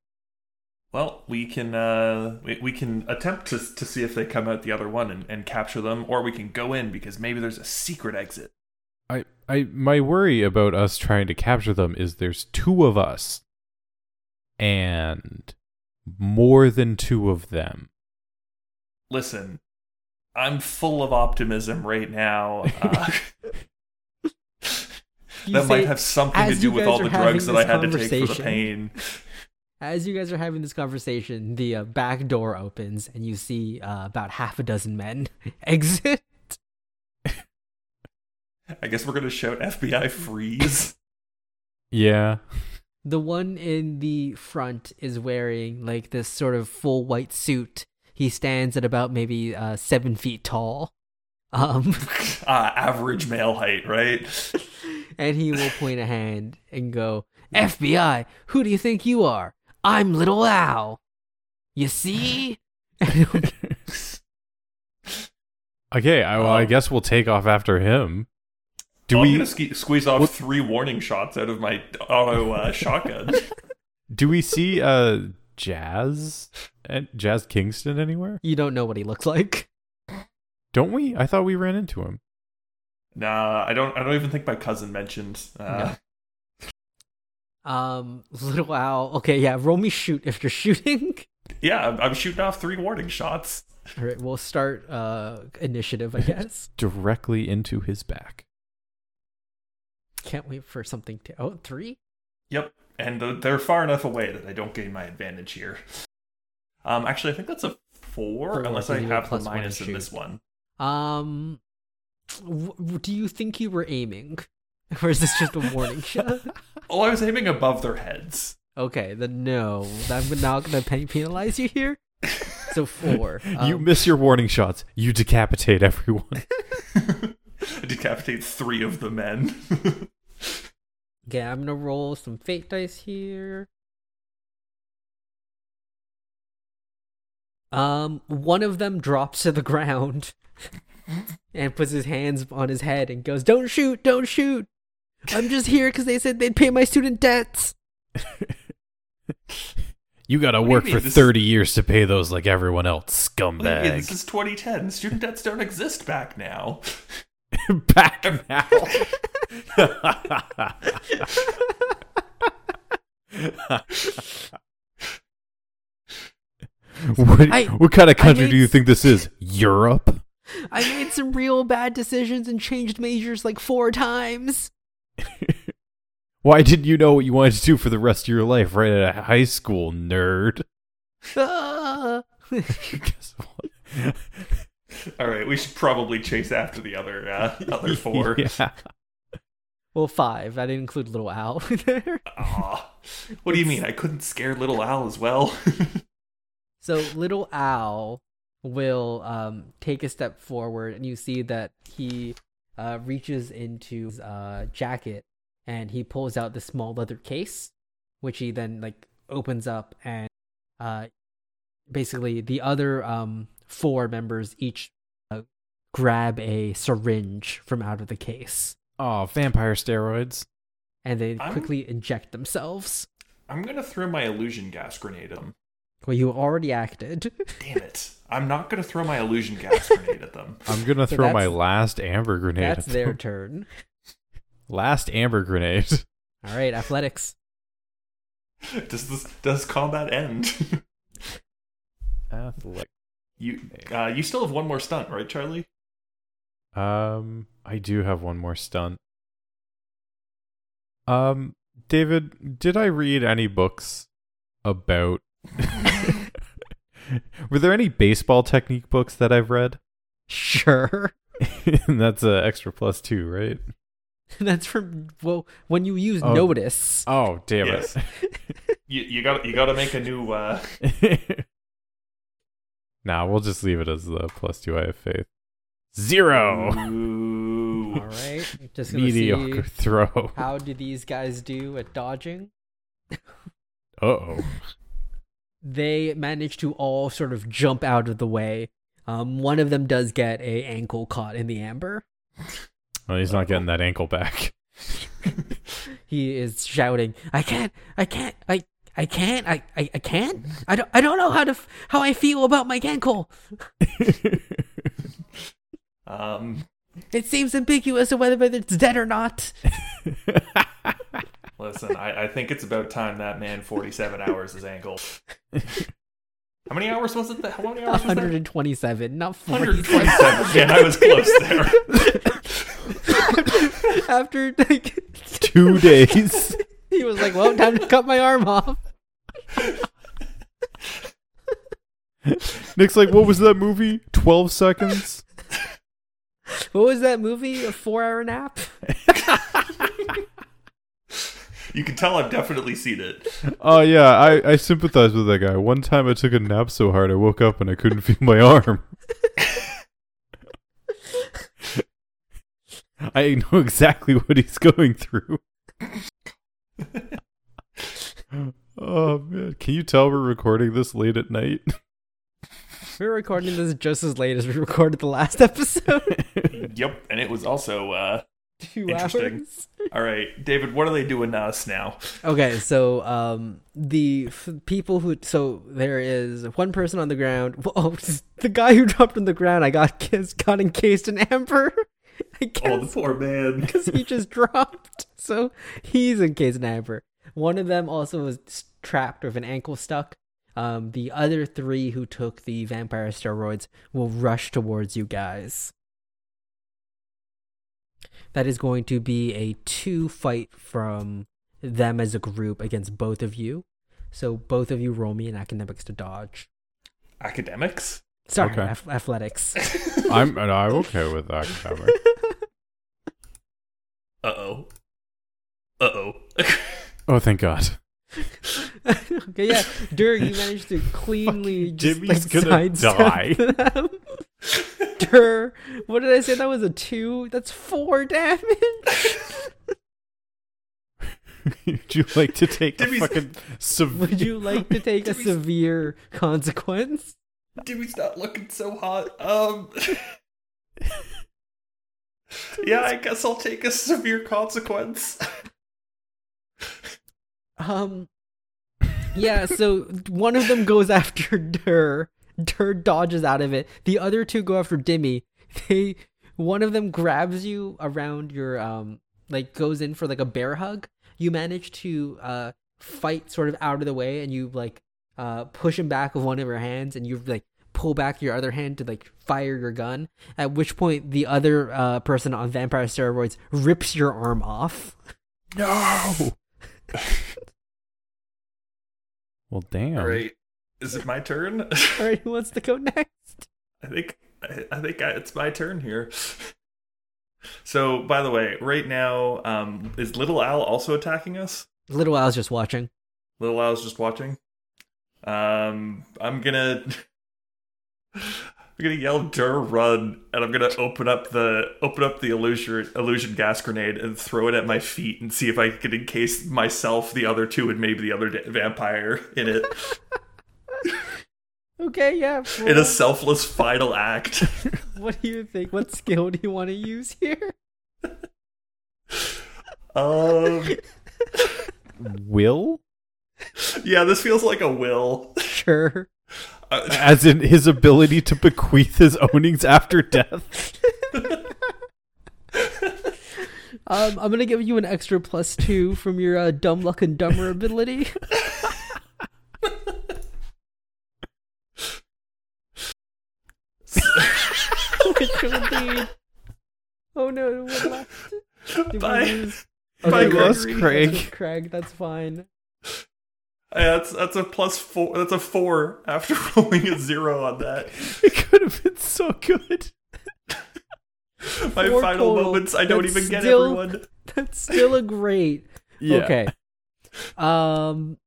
Speaker 3: Well, we can uh, we, we can attempt to to see if they come out the other one and, and capture them, or we can go in because maybe there's a secret exit.
Speaker 2: I I my worry about us trying to capture them is there's two of us and more than two of them.
Speaker 3: Listen, I'm full of optimism right now. Uh,
Speaker 1: You
Speaker 3: that might
Speaker 1: say-
Speaker 3: have something to
Speaker 1: as you
Speaker 3: do with
Speaker 1: guys
Speaker 3: all
Speaker 1: are
Speaker 3: the
Speaker 1: having
Speaker 3: drugs that I
Speaker 1: this
Speaker 3: had to take for the
Speaker 1: conversation.
Speaker 3: pain.
Speaker 1: As you guys are having this conversation, the uh, back door opens and you see uh, about half a dozen men exit.
Speaker 3: I guess we're gonna shout FBI freeze.
Speaker 2: Yeah.
Speaker 1: The one in the front is wearing like this sort of full white suit. He stands at about maybe uh, seven feet tall. Um,
Speaker 3: uh, average male height, right?
Speaker 1: and he will point a hand and go, FBI, who do you think you are? I'm Little Al. You see?
Speaker 2: Okay, I well, I
Speaker 3: Oh.
Speaker 2: guess we'll take off after him. Do
Speaker 3: Well, I'm
Speaker 2: we
Speaker 3: gonna ske- squeeze off three warning shots out of my auto uh, shotgun?
Speaker 2: do we see uh Jazz and Jazz Kingston anywhere?
Speaker 1: you don't know what he looks like.
Speaker 2: Don't we? I thought we ran into him.
Speaker 3: nah, I don't. I don't even think my cousin mentioned. Uh,
Speaker 1: Um, Little Al. Okay, yeah, roll me shoot if you're shooting.
Speaker 3: Yeah, I'm, I'm shooting off three warning shots.
Speaker 1: All right, we'll start uh initiative, I guess.
Speaker 2: Directly into his back.
Speaker 1: Can't wait for something to. Oh, three?
Speaker 3: Yep, and th- they're far enough away that I don't gain my advantage here. Um, actually, I think that's a four,
Speaker 1: Four,
Speaker 3: unless I
Speaker 1: because you have
Speaker 3: have the
Speaker 1: plus one to
Speaker 3: minus in
Speaker 1: shoot.
Speaker 3: this one.
Speaker 1: Um, w- w- do you think you were aiming? Or is this just a warning shot?
Speaker 3: Oh, I was aiming above their heads.
Speaker 1: Okay, then no. I'm not going to penalize you here. So four.
Speaker 2: you
Speaker 1: Um,
Speaker 2: miss your warning shots. You decapitate everyone.
Speaker 3: I decapitate three of the men.
Speaker 1: Okay, I'm gonna roll some fate dice here. Um, one of them drops to the ground and puts his hands on his head and goes, "Don't shoot! Don't shoot! I'm just here because they said they'd pay my student debts."
Speaker 2: You gotta
Speaker 3: do you
Speaker 2: work
Speaker 3: mean?
Speaker 2: for
Speaker 3: This is-
Speaker 2: 30 years to pay those like everyone else,
Speaker 3: What do you mean? This
Speaker 2: scumbag.
Speaker 3: is 2010. Student debts don't exist back now.
Speaker 2: Back now. what,
Speaker 1: I-
Speaker 2: what kind of country
Speaker 1: made
Speaker 2: do you
Speaker 1: s-
Speaker 2: think this is? Europe?
Speaker 1: I made some real bad decisions and changed majors like four times.
Speaker 2: Why didn't you know what you wanted to do for the rest of your life right out of high school, nerd?
Speaker 1: Ah.
Speaker 2: Guess what?
Speaker 3: All right, we should probably chase after the other uh, other four.
Speaker 2: Yeah.
Speaker 1: well, five. I didn't include Little Owl there.
Speaker 3: Aw. What do you mean? I couldn't scare little Al as well.
Speaker 1: So little Owl will um, take a step forward, and you see that he uh, reaches into his uh, jacket and he pulls out this small leather case, which he then like opens up, and uh, basically the other um, four members each uh, grab a syringe from out of the case,
Speaker 2: Oh, vampire steroids.
Speaker 1: and they
Speaker 3: I'm-
Speaker 1: quickly inject themselves.
Speaker 3: I'm gonna throw my illusion gas grenade at them.
Speaker 1: Well, you already acted.
Speaker 3: Damn it! I'm not gonna throw my illusion gas grenade at them.
Speaker 2: I'm gonna
Speaker 1: So
Speaker 2: throw my
Speaker 1: that's-
Speaker 2: last amber grenade.
Speaker 1: That's
Speaker 2: at
Speaker 1: their
Speaker 2: them.
Speaker 1: turn.
Speaker 2: last amber grenade.
Speaker 1: All right, athletics.
Speaker 3: Does this does combat end?
Speaker 2: Athletic.
Speaker 3: you uh, you still have one more stunt, right, Charlie?
Speaker 2: Um, I do have one more stunt. Um, David, did I read any books about? Were there any baseball technique books that I've read?
Speaker 1: Sure.
Speaker 2: and that's a extra plus two, right?
Speaker 1: That's from well when you use
Speaker 2: Oh.
Speaker 1: notice.
Speaker 2: Oh, damn
Speaker 3: Yes.
Speaker 2: it!
Speaker 3: You you got you got to make a new. Uh,
Speaker 2: nah, we'll just leave it as the plus two. I have faith. Zero.
Speaker 3: Ooh.
Speaker 1: All right, just gonna
Speaker 2: Mediocre
Speaker 1: see
Speaker 2: throw. Uh
Speaker 1: how do these guys do at dodging.
Speaker 2: oh.
Speaker 1: They manage to all sort of jump out of the way. Um, one of them does get a ankle caught in the amber.
Speaker 2: Well, he's not getting that ankle back.
Speaker 1: He is shouting, "I can't! I can't! I I can't! I I, I can't! I don't I don't know how to f- how I feel about my ankle.
Speaker 3: Um,
Speaker 1: It seems ambiguous of whether whether it's dead or not."
Speaker 3: listen, I, I think it's about time that man forty-seven hours his ankle. How many hours was it? That, how many hours was that?
Speaker 1: 127, not 47.
Speaker 3: 127. Man, I was close there.
Speaker 1: After like
Speaker 2: Two days.
Speaker 1: He was like, "Well, time to cut my arm off."
Speaker 2: Nick's like, what was that movie? 12 seconds?
Speaker 1: What was that movie? A four-hour nap?
Speaker 3: You can tell I've definitely seen it.
Speaker 2: Oh, yeah, I, I sympathize with that guy. One time I took a nap so hard I woke up and I couldn't feel my arm. I know exactly what he's going through. oh, man. Can you tell we're recording this late at night?
Speaker 1: We're recording this just as late as we recorded the last episode.
Speaker 3: Yep, and it was also uh
Speaker 1: Two
Speaker 3: Interesting.
Speaker 1: hours.
Speaker 3: all right, David, what are they doing us now?
Speaker 1: Okay, so um, the f- people who so there is one person on the ground. Oh, the guy who dropped on the ground, I got got encased in amber. I
Speaker 3: Oh,
Speaker 1: guess.
Speaker 3: the poor man.
Speaker 1: because he just dropped. So he's in case Amber. One of them also was s- trapped with an ankle stuck. Um, the other three who took the vampire steroids will rush towards you guys. That is going to be a two fight from them as a group against both of you. So both of you roll me in academics to dodge.
Speaker 3: Academics?
Speaker 1: Sorry,
Speaker 2: Okay.
Speaker 1: ath- athletics.
Speaker 2: I'm, and I'm okay with that, Cameron.
Speaker 3: Uh oh. Uh oh.
Speaker 2: Oh, thank God.
Speaker 1: okay, yeah. Dirk, you managed to cleanly
Speaker 2: Fucking
Speaker 1: just
Speaker 2: Jimmy's
Speaker 1: like,
Speaker 2: gonna
Speaker 1: sidestep
Speaker 2: die.
Speaker 1: them. Dur, what did I say? That was a two. That's four damage.
Speaker 2: Would you like to take a
Speaker 3: Jimmy's-
Speaker 2: fucking severe?
Speaker 1: Would you like to take a
Speaker 3: Jimmy's-
Speaker 1: severe consequence?
Speaker 3: Dewey's not looking so hot. Um Yeah, I guess I'll take a severe consequence.
Speaker 1: Um, yeah, so one of them goes after Durr. Durr dodges out of it. The other two go after Dimmy. They one of them grabs you around your um like goes in for like a bear hug. You manage to uh fight sort of out of the way and you like uh push him back with one of your hands and you like pull back your other hand to like fire your gun. At which point the other uh person on vampire steroids rips your arm off.
Speaker 2: No. well, damn.
Speaker 3: All right. Is it my turn?
Speaker 1: All right, who wants to go next?
Speaker 3: I think I, I think I, it's my turn here. So, by the way, right now, um, is Little Al also attacking us?
Speaker 1: Little Al's just watching.
Speaker 3: Little Al's just watching. Um, I'm gonna, I'm gonna yell "Dur run," and I'm gonna open up the open up the illusion illusion gas grenade and throw it at my feet and see if I can encase myself, the other two, and maybe the other da- vampire in it
Speaker 1: Okay, yeah.
Speaker 3: in a selfless final act.
Speaker 1: What do you think? What skill do you want to use here?
Speaker 3: Um,
Speaker 2: Will?
Speaker 3: yeah, this feels like a will.
Speaker 1: Sure.
Speaker 3: Uh,
Speaker 2: As in his ability to bequeath his ownings after death.
Speaker 1: Um, I'm gonna give you an extra plus two from your uh, dumb luck and dumber ability. Which will be- Oh no! What left? Did we
Speaker 3: Bye.
Speaker 1: lose?
Speaker 3: Bye,
Speaker 1: we
Speaker 3: Gus
Speaker 1: lost
Speaker 2: Craig.
Speaker 1: Craig, that's fine.
Speaker 3: Yeah, that's that's a plus four. That's a four after rolling a zero on that.
Speaker 2: It could have been so good.
Speaker 3: My
Speaker 1: Four
Speaker 3: final
Speaker 1: total.
Speaker 3: moments. I don't
Speaker 1: That's
Speaker 3: even get
Speaker 1: still-
Speaker 3: everyone.
Speaker 1: That's still a great.
Speaker 2: Yeah.
Speaker 1: Okay. Um,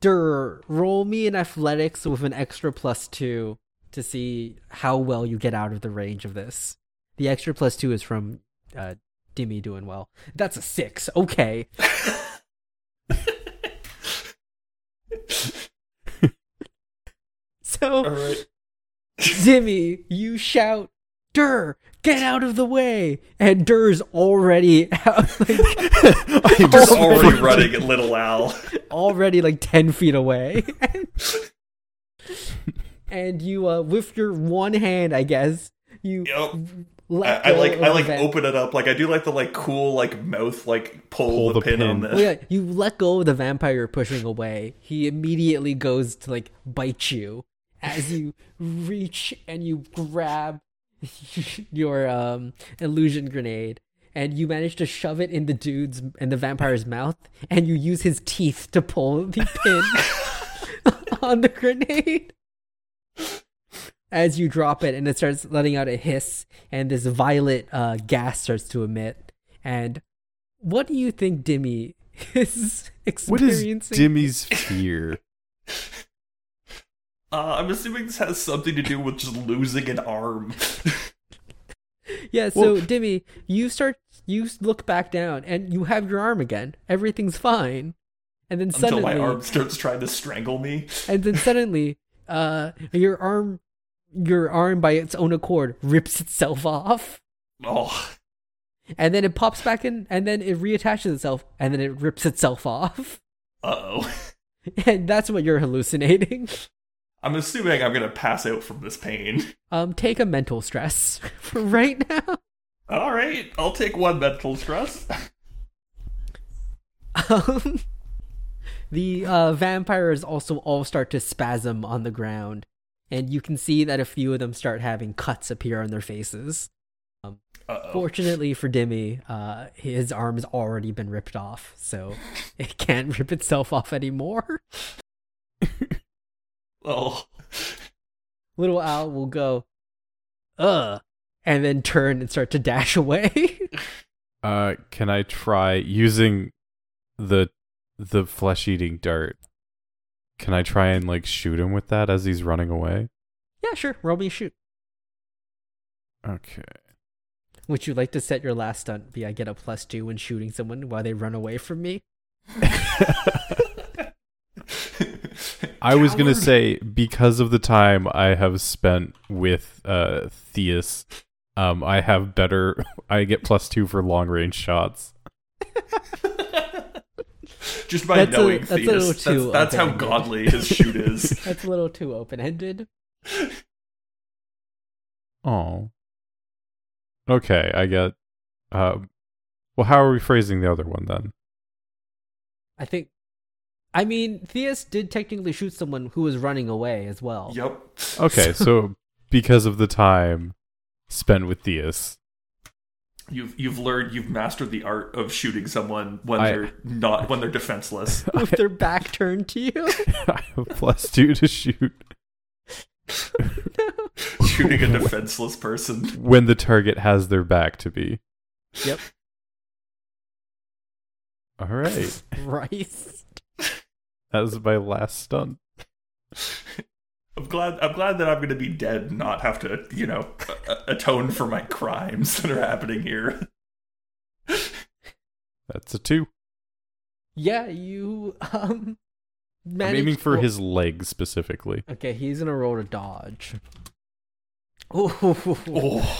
Speaker 1: Durr, roll me in athletics with an extra plus two to see how well you get out of the range of this. The extra plus two is from uh, Dimmy doing well. That's a six. Okay.
Speaker 3: All
Speaker 1: So,
Speaker 3: right.
Speaker 1: Dimmy, you shout, Durr, get out of the way! And Durr's already out, like,
Speaker 2: I'm
Speaker 3: Just
Speaker 1: Oh.
Speaker 3: already running at Little Al.
Speaker 1: already like 10 feet away. and you, uh, with your one hand, I guess, you.
Speaker 3: Yep.
Speaker 1: let
Speaker 3: I, I
Speaker 1: go
Speaker 3: like
Speaker 1: of
Speaker 3: I like
Speaker 1: that-
Speaker 3: open it up. Like I do like the like cool like mouth like pull,
Speaker 2: Pull
Speaker 3: the,
Speaker 2: the
Speaker 3: pin,
Speaker 2: pin.
Speaker 3: on
Speaker 1: Well,
Speaker 3: this.
Speaker 1: Oh, yeah, you let go of the vampire you're pushing away. He immediately goes to like bite you as you reach and you grab your um, illusion grenade, and you manage to shove it in the dude's in the vampire's mouth, and you use his teeth to pull the pin on the grenade. As you drop it, and it starts letting out a hiss, and this violet uh, gas starts to emit, and what do you think Dimmy is
Speaker 2: What is
Speaker 1: experiencing?
Speaker 2: Dimmy's fear?
Speaker 3: Uh, I'm assuming this has something to do with just losing an arm.
Speaker 1: yeah, so
Speaker 2: Well-
Speaker 1: Dimmy, you start you s- look back down and you have your arm again. Everything's fine. And then
Speaker 3: until
Speaker 1: suddenly
Speaker 3: my arm starts trying to strangle me.
Speaker 1: and then suddenly uh your arm your arm by its own accord rips itself off.
Speaker 3: Oh,
Speaker 1: And then it pops back in and then it reattaches itself and then it rips itself off.
Speaker 3: uh oh.
Speaker 1: And that's what you're hallucinating.
Speaker 3: I'm assuming I'm gonna pass out from this pain.
Speaker 1: Um take a mental stress for right now.
Speaker 3: All right, I'll take one mental stress.
Speaker 1: Um, the uh, vampires also all start to spasm on the ground, and you can see that a few of them start having cuts appear on their faces.
Speaker 3: Uh-oh.
Speaker 1: Fortunately for Dimmy, uh, his arm has already been ripped off, so it can't rip itself off anymore.
Speaker 3: Oh,
Speaker 1: Little Al will go, ugh, and then turn and start to dash away.
Speaker 2: Uh, can I try using the the flesh eating dart? Can I try and like shoot him with that as he's running away?
Speaker 1: yeah, sure, roll me a shoot.
Speaker 2: Okay.
Speaker 1: Would you like to set your last stunt via get a plus two when shooting someone while they run away from me?
Speaker 2: I was gonna
Speaker 3: Coward.
Speaker 2: say because of the time I have spent with uh Theus, um, I have better. I get plus two for long range shots.
Speaker 3: Just by
Speaker 1: That's a-
Speaker 3: knowing
Speaker 1: that's a
Speaker 3: Theus.
Speaker 1: little too
Speaker 3: that's, that's how
Speaker 1: open-ended.
Speaker 3: godly his shoot is.
Speaker 1: That's a little too open ended.
Speaker 2: Oh. Okay, I get. Uh, well, how are we phrasing the other one then?
Speaker 1: I think. I mean, Theus did technically shoot someone who was running away as well.
Speaker 3: Yep.
Speaker 2: Okay, so because of the time spent with Theus,
Speaker 3: You've you've learned you've mastered the art of shooting someone when
Speaker 2: I-
Speaker 3: they're not when they're defenseless.
Speaker 1: With their back turned to you.
Speaker 2: I have plus two to shoot
Speaker 3: shooting a defenseless person.
Speaker 2: when the target has their back to me.
Speaker 1: Yep.
Speaker 2: All right,
Speaker 1: Christ.
Speaker 2: that was my last stunt.
Speaker 3: I'm glad I'm glad that I'm going to be dead and not have to, you know, a- a- atone for my crimes that are happening here.
Speaker 2: That's a two.
Speaker 1: Yeah, you um.
Speaker 2: I'm
Speaker 1: Managed,
Speaker 2: aiming for
Speaker 1: well,
Speaker 2: his leg specifically.
Speaker 1: Okay, he's gonna roll to dodge. Ooh.
Speaker 3: Oh.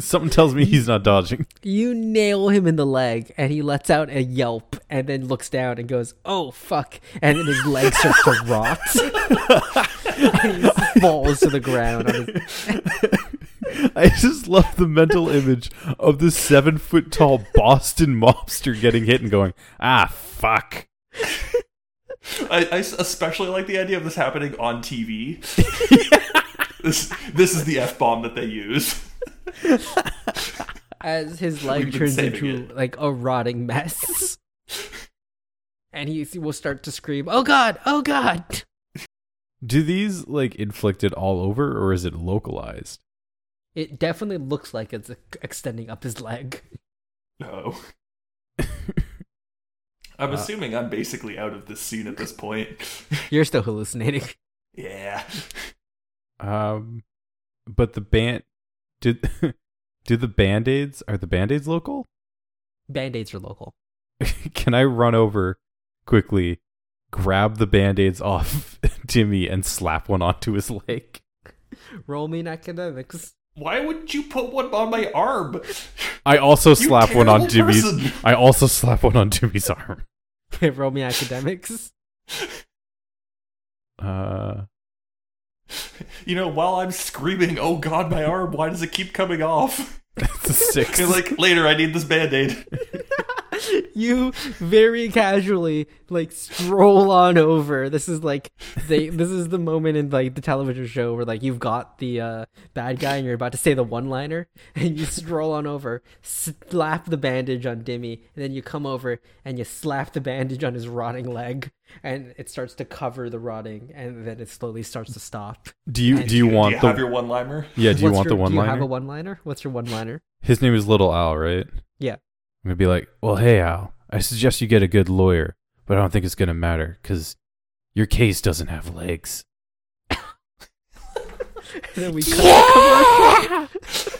Speaker 2: Something tells me he's not dodging.
Speaker 1: You nail him in the leg, and he lets out a yelp, and then looks down and goes, "Oh fuck!" And then his leg starts to rot, and he falls to the ground. On his,
Speaker 2: I just love the mental image of the seven foot tall Boston mobster getting hit and going, ah, fuck.
Speaker 3: I, I s- especially like the idea of this happening on TV. this this is the f bomb that they use.
Speaker 1: as his
Speaker 3: We've
Speaker 1: leg
Speaker 3: been
Speaker 1: turns
Speaker 3: saving
Speaker 1: into like a rotting mess, and he will start to scream, "Oh god! Oh god!"
Speaker 2: Do these like inflicted all over or is it localized?
Speaker 1: It definitely looks like it's extending up his leg.
Speaker 3: No. I'm
Speaker 2: Uh.
Speaker 3: assuming Oh. I'm basically out of this scene at this point.
Speaker 1: You're still hallucinating.
Speaker 3: Yeah.
Speaker 2: Um, but the band did. Do the band aids are the band aids local?
Speaker 1: Band aids are local.
Speaker 2: Can I run over quickly, grab the band aids off Timmy, and slap one onto his leg?
Speaker 1: Roll me in academics.
Speaker 3: Why would you put one on my arm?
Speaker 2: I also
Speaker 3: You
Speaker 2: slap one on
Speaker 3: terrible
Speaker 2: Timmy's.
Speaker 3: person.
Speaker 2: I also slap one on Timmy's arm.
Speaker 1: Okay, roll me academics.
Speaker 2: Uh,
Speaker 3: You know, while I'm screaming, "Oh God, my arm! Why does it keep coming off?"
Speaker 2: that's a six.
Speaker 3: And like later, I need this band aid.
Speaker 1: you very casually like stroll on over. This is like they this is the moment in like the television show where like you've got the uh bad guy and you're about to say the one liner and you stroll on over, slap the bandage on Dimmy, and then you come over and you slap the bandage on his rotting leg and it starts to cover the rotting and then it slowly starts to stop.
Speaker 2: do you do you
Speaker 3: Do
Speaker 2: want
Speaker 3: you
Speaker 2: the
Speaker 3: have your one limer?
Speaker 2: yeah? Do you
Speaker 1: What's
Speaker 2: want
Speaker 1: your-
Speaker 2: the one
Speaker 1: Do you have
Speaker 2: liner?
Speaker 1: a one liner? What's your one liner?
Speaker 2: His name is Little Al, right?
Speaker 1: Yeah.
Speaker 2: I'm gonna be like, well, hey Al, I suggest you get a good lawyer, but I don't think it's gonna matter because your case doesn't have legs.
Speaker 1: And then we cut yeah! commercial.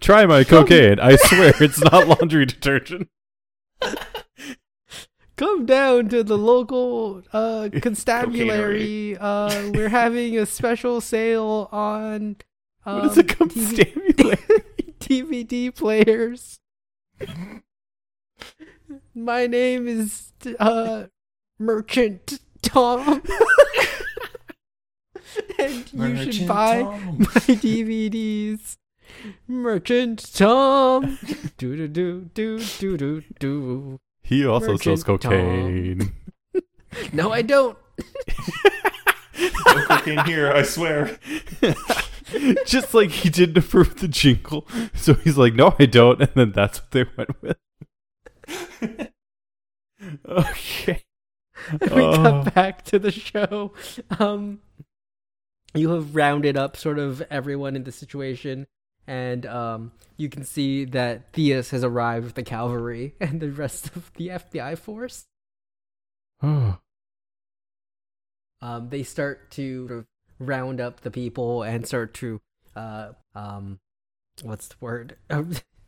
Speaker 2: Try my cocaine. I swear it's not laundry detergent.
Speaker 1: Come down to the local uh, constabulary. Uh, we're having a special sale on um,
Speaker 2: What is it called?
Speaker 1: TV
Speaker 2: Stimulate.
Speaker 1: DVD players. My name is uh, Merchant Tom. and you should buy my DVDs. Merchant Tom. Do do do do do do do.
Speaker 2: He also
Speaker 1: Merchant
Speaker 2: sells
Speaker 1: Tom.
Speaker 2: cocaine.
Speaker 1: No, I don't.
Speaker 3: No cocaine here, I swear.
Speaker 2: Just like he didn't approve the jingle, so he's like, "No, I don't," and then that's what they went with. okay.
Speaker 1: We
Speaker 2: Oh.
Speaker 1: cut back to the show. Um, you have rounded up sort of everyone in the situation, and um, you can see that Theus has arrived with the cavalry and the rest of the FBI force.
Speaker 2: Oh,
Speaker 1: um, they start to sort of round up the people and start to uh, um, what's the word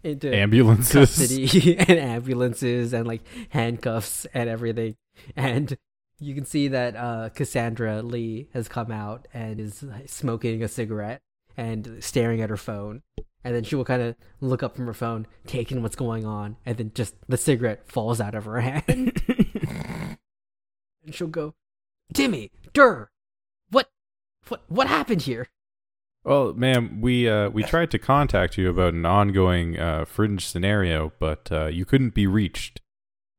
Speaker 1: into
Speaker 2: ambulances.
Speaker 1: custody and ambulances and like handcuffs and everything and you can see that uh, cassandra lee has come out and is smoking a cigarette and staring at her phone And then she will kind of look up from her phone, take in what's going on, and then just the cigarette falls out of her hand. and she'll go, Timmy, Durr, what, what, what happened here?
Speaker 2: Well, ma'am, we uh, we tried to contact you about an ongoing uh, fringe scenario, but uh, you couldn't be reached.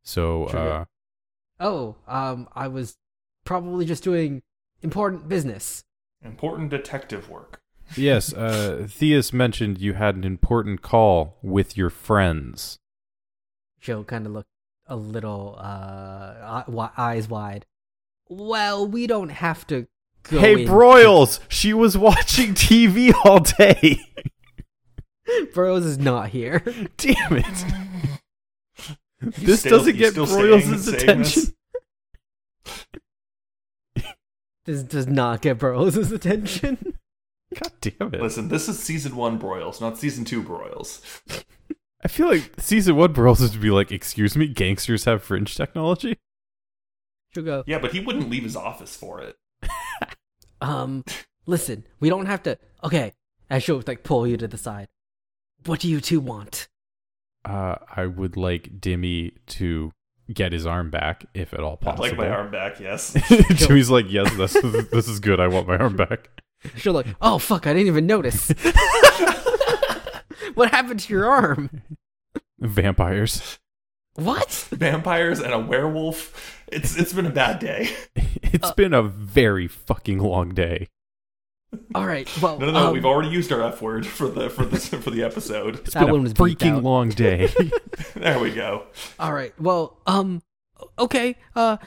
Speaker 2: So,
Speaker 1: Sure.
Speaker 2: uh,
Speaker 1: Oh, um, I was probably just doing important business.
Speaker 3: Important detective work.
Speaker 2: yes, uh, Theus mentioned you had an important call with your friends.
Speaker 1: She'll kind of look a little uh, eye- wi- eyes wide. Well, we don't have to go.
Speaker 2: hey,
Speaker 1: in-
Speaker 2: Broyles! She was watching TV all day!
Speaker 1: Burrows is not here.
Speaker 2: Damn it!
Speaker 3: You
Speaker 2: this
Speaker 3: still-
Speaker 2: doesn't
Speaker 3: you
Speaker 2: get
Speaker 3: still
Speaker 2: Broyles'
Speaker 3: saying- saying this?
Speaker 2: attention.
Speaker 1: This does not get Burrows' attention.
Speaker 2: God damn it.
Speaker 3: Listen, this is season one broils, not season two broils.
Speaker 2: I feel like season one Broyles would be like, excuse me, gangsters have fringe technology?
Speaker 1: She'll go.
Speaker 3: Yeah, but he wouldn't leave his office for it.
Speaker 1: Um, listen, we don't have to. Okay, and she'll like pull you to the side. What do you two want?
Speaker 2: Uh, I would like Dimmy to get his arm back, if at all
Speaker 3: I'd
Speaker 2: possible.
Speaker 3: like my arm back, yes.
Speaker 2: Jimmy's like, yes, this, this is good. I want my arm back.
Speaker 1: She'll like. Oh fuck! I didn't even notice. what happened to your arm?
Speaker 2: Vampires.
Speaker 1: What?
Speaker 3: Vampires and a werewolf. It's it's been a bad day.
Speaker 2: It's
Speaker 1: Uh,
Speaker 2: been a very fucking long day.
Speaker 1: All right. Well,
Speaker 3: No, no, no.
Speaker 1: um,
Speaker 3: we've already used our F word for the for this for the episode.
Speaker 2: It's
Speaker 1: That
Speaker 2: been a
Speaker 1: one was beeped
Speaker 2: freaking
Speaker 1: out.
Speaker 2: long day.
Speaker 3: There we go.
Speaker 1: All right. Well, um, okay. Uh,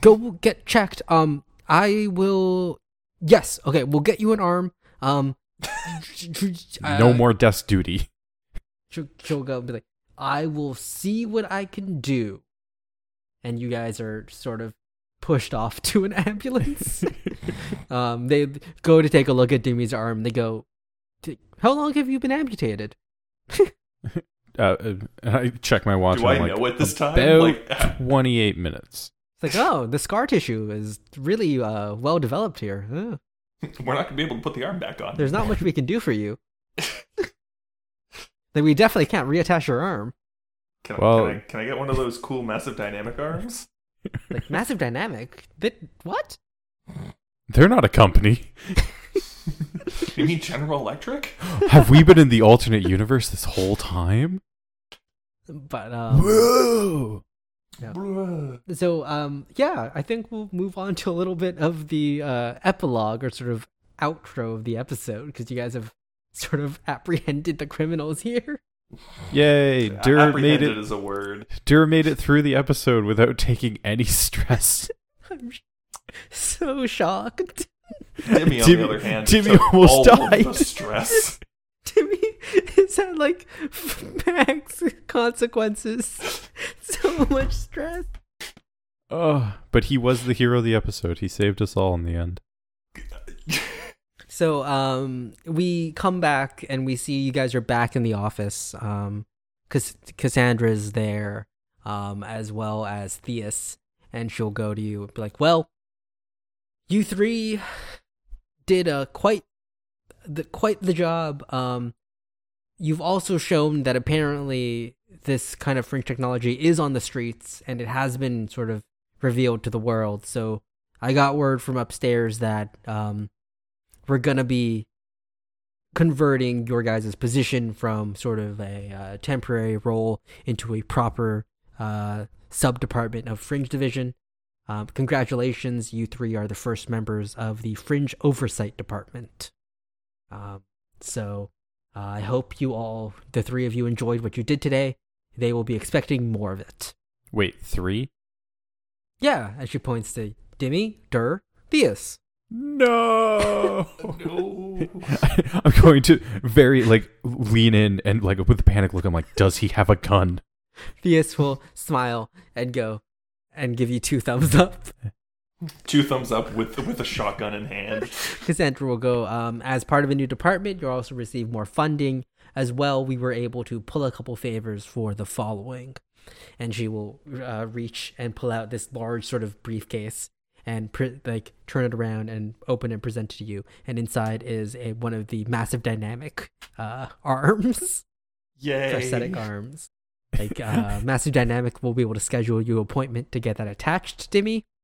Speaker 1: go get checked. Um, I will. Yes. Okay. We'll get you an arm. Um,
Speaker 2: no
Speaker 1: uh,
Speaker 2: more desk duty.
Speaker 1: She'll, she'll go and be like, I will see what I can do. And you guys are sort of pushed off to an ambulance. um, they go to take a look at Demi's arm. They go, "D- How long have you been amputated?
Speaker 2: Uh, uh, I check my watch.
Speaker 3: Do
Speaker 2: and
Speaker 3: I
Speaker 2: I'm like,
Speaker 3: know it this time?
Speaker 2: About
Speaker 3: Like-
Speaker 2: 28 minutes.
Speaker 1: It's like, oh, the scar tissue is really uh, well developed here. Huh.
Speaker 3: We're not gonna be able to put the arm back on.
Speaker 1: There's not much we can do for you. then we definitely can't reattach your arm.
Speaker 3: Can I,
Speaker 2: Well-
Speaker 3: can, I, can I get one of those cool massive dynamic arms?
Speaker 1: Like massive dynamic. That what?
Speaker 2: They're not a company.
Speaker 3: You mean General Electric?
Speaker 2: Have we been in the alternate universe this whole time?
Speaker 1: But um,
Speaker 2: Whoa!
Speaker 1: Yeah.
Speaker 3: Bruh.
Speaker 1: so um yeah i think we'll move on to a little bit of the uh epilogue or sort of outro of the episode because you guys have sort of apprehended the criminals here
Speaker 2: Yay! Dur made
Speaker 3: Apprehended
Speaker 2: it.
Speaker 3: is a word.
Speaker 2: Dur made it through the episode without taking any stress.
Speaker 1: i'm sh- so shocked
Speaker 3: Timmy, on
Speaker 2: Timmy-
Speaker 3: the other hand,
Speaker 2: Timmy
Speaker 3: took
Speaker 2: almost
Speaker 3: all Of the
Speaker 2: died.
Speaker 3: stress.
Speaker 1: timmy has had like max consequences so much stress
Speaker 2: Oh, but he was the hero of the episode. He saved us all in the end.
Speaker 1: so um we come back and we see you guys are back in the office um Cass- cassandra's there um as well as theus and she'll go to you and be like well you three did a quite the quite the job um you've also shown that apparently this kind of fringe technology is on the streets and it has been sort of revealed to the world so i got word from upstairs that um we're gonna be converting your guys' position from sort of a uh, temporary role into a proper uh, sub department of Fringe Division. Um, congratulations, you three are the first members of the Fringe Oversight Department. Um, so uh, I hope you all, the three of you, enjoyed what you did today. They will be expecting more of it.
Speaker 2: Wait, three?
Speaker 1: Yeah, as she points to Dimmy, Dur, Theus.
Speaker 2: No.
Speaker 3: no.
Speaker 2: I'm going to very like lean in and like with a panic look. I'm like, does he have a gun?
Speaker 1: Theus will smile and go and give you two thumbs up.
Speaker 3: Two thumbs up with with a shotgun in hand.
Speaker 1: Cassandra will go, um, as part of a new department, you'll also receive more funding. As well, we were able to pull a couple favors for the following. And she will uh, reach and pull out this large sort of briefcase and pre- like turn it around and open and present it to you. And inside is a one of the massive dynamic uh, arms,
Speaker 3: Yay.
Speaker 1: prosthetic arms. Like uh, massive dynamic will be able to schedule you appointment to get that attached to me.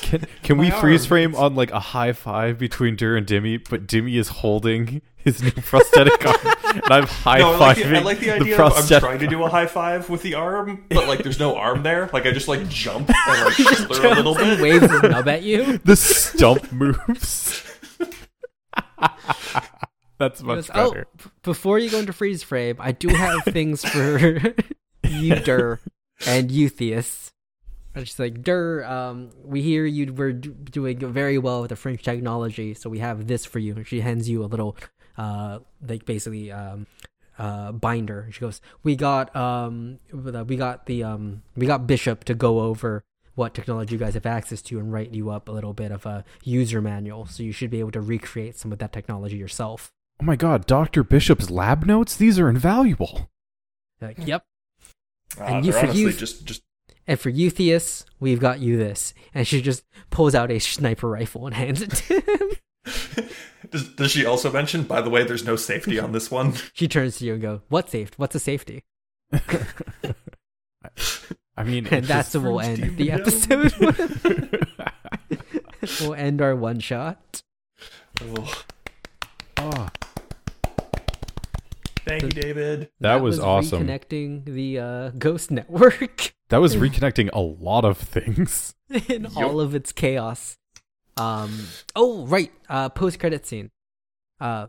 Speaker 2: Can can we
Speaker 3: My
Speaker 2: freeze
Speaker 3: arm.
Speaker 2: frame on like a high five between Dur and Dimmy, but Dimmy is holding his new prosthetic arm, and I'm high
Speaker 3: No, I
Speaker 2: fiving
Speaker 3: like, the, I like the idea of I'm
Speaker 2: prosthetic
Speaker 3: trying to do a high five with the arm, but like there's no arm there. Like I just like jump and like slur a little
Speaker 1: And
Speaker 3: bit.
Speaker 1: waves his nub at you.
Speaker 2: the stump moves. That's much
Speaker 1: Goes, oh,
Speaker 2: better.
Speaker 1: b- before you go into freeze frame, I do have things for you, Dur, and you, Theus. And she's like, Dur, um, we hear you were d- doing very well with the French technology, so we have this for you. And she hands you a little, uh, like basically, um, uh, binder. And she goes, "We got, um, we got the, um, we got Bishop to go over." What technology you guys have access to, and write you up a little bit of a user manual, so you should be able to recreate some of that technology yourself.
Speaker 2: Oh my god, Dr. Bishop's lab notes? These are invaluable.
Speaker 1: Like, yep.
Speaker 3: Uh,
Speaker 1: And you-
Speaker 3: they're
Speaker 1: for
Speaker 3: honestly
Speaker 1: you-
Speaker 3: just just
Speaker 1: And for you, Theus, we've got you this. And she just pulls out a sniper rifle and hands it to him.
Speaker 3: does, does she also mention? By the way, there's no safety on this one.
Speaker 1: She turns to you and goes, What safe? What's a safety?
Speaker 2: I mean,
Speaker 1: And that's
Speaker 2: just-
Speaker 1: we'll end the
Speaker 3: know?
Speaker 1: episode. with. we'll end our one shot.
Speaker 3: Oh,
Speaker 2: Oh,
Speaker 3: thank you, David.
Speaker 2: that, was, awesome.
Speaker 1: Reconnecting the uh, Ghost Network
Speaker 2: that
Speaker 3: Hmm.
Speaker 2: was reconnecting a lot of things.
Speaker 1: in
Speaker 3: Yup.
Speaker 1: all of its chaos. Um. Oh, right. Uh, Post credit scene. Uh.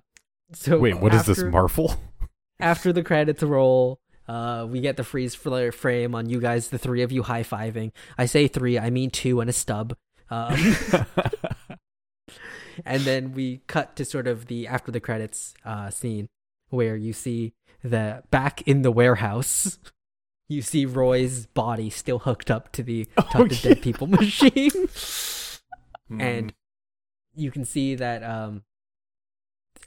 Speaker 1: So
Speaker 2: Wait, what is this,
Speaker 1: after-
Speaker 2: Marvel?
Speaker 1: after the credits roll, uh, we get the freeze fl- frame on you guys, the three of you high fiving. I say three, I mean two and a stub. Um, and then we cut to sort of the after the credits uh, scene where you see the back in the warehouse. You see Roy's body still hooked up to the tuck
Speaker 2: Oh,
Speaker 1: the
Speaker 2: yeah.
Speaker 1: dead people machine
Speaker 3: Hmm.
Speaker 1: and you can see that um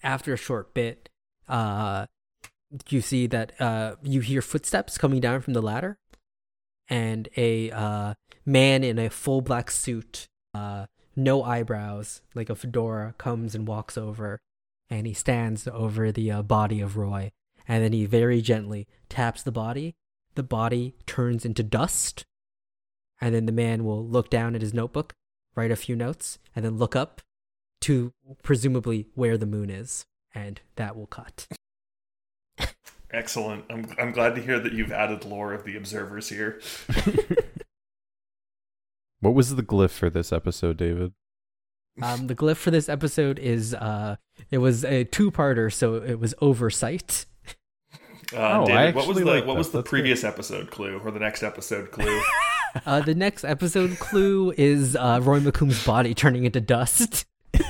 Speaker 1: after a short bit uh you see that uh you hear footsteps coming down from the ladder and a uh man in a full black suit uh no eyebrows like a fedora comes and walks over and he stands over the uh, body of Roy and then he very gently taps the body the body turns into dust and then the man will look down at his notebook write a few notes, and then look up to presumably where the moon is, and that will cut.
Speaker 3: excellent. I'm I'm glad to hear that you've added lore of the observers here.
Speaker 2: what was the glyph for this episode, David?
Speaker 1: Um, the glyph for this episode is uh, it was a two-parter, so it was oversight.
Speaker 3: Uh,
Speaker 2: Oh, I
Speaker 3: David, what was
Speaker 2: actually
Speaker 3: the
Speaker 2: like
Speaker 3: what
Speaker 2: that.
Speaker 3: was the
Speaker 2: That's
Speaker 3: previous episode clue or the next episode clue?
Speaker 1: Uh, the next episode clue is uh, Roy McComb's body turning into dust,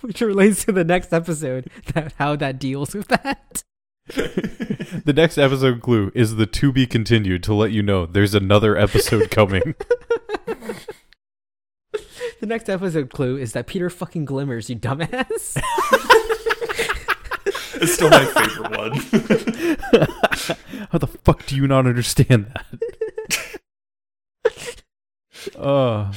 Speaker 1: which relates to the next episode. That how that deals with that.
Speaker 2: The next episode clue is the to be continued to let you know there's another episode coming.
Speaker 1: The next episode clue is that Peter fucking glimmers, you dumbass.
Speaker 3: it's still Oh, my favorite one.
Speaker 2: How the fuck do you not understand that? uh,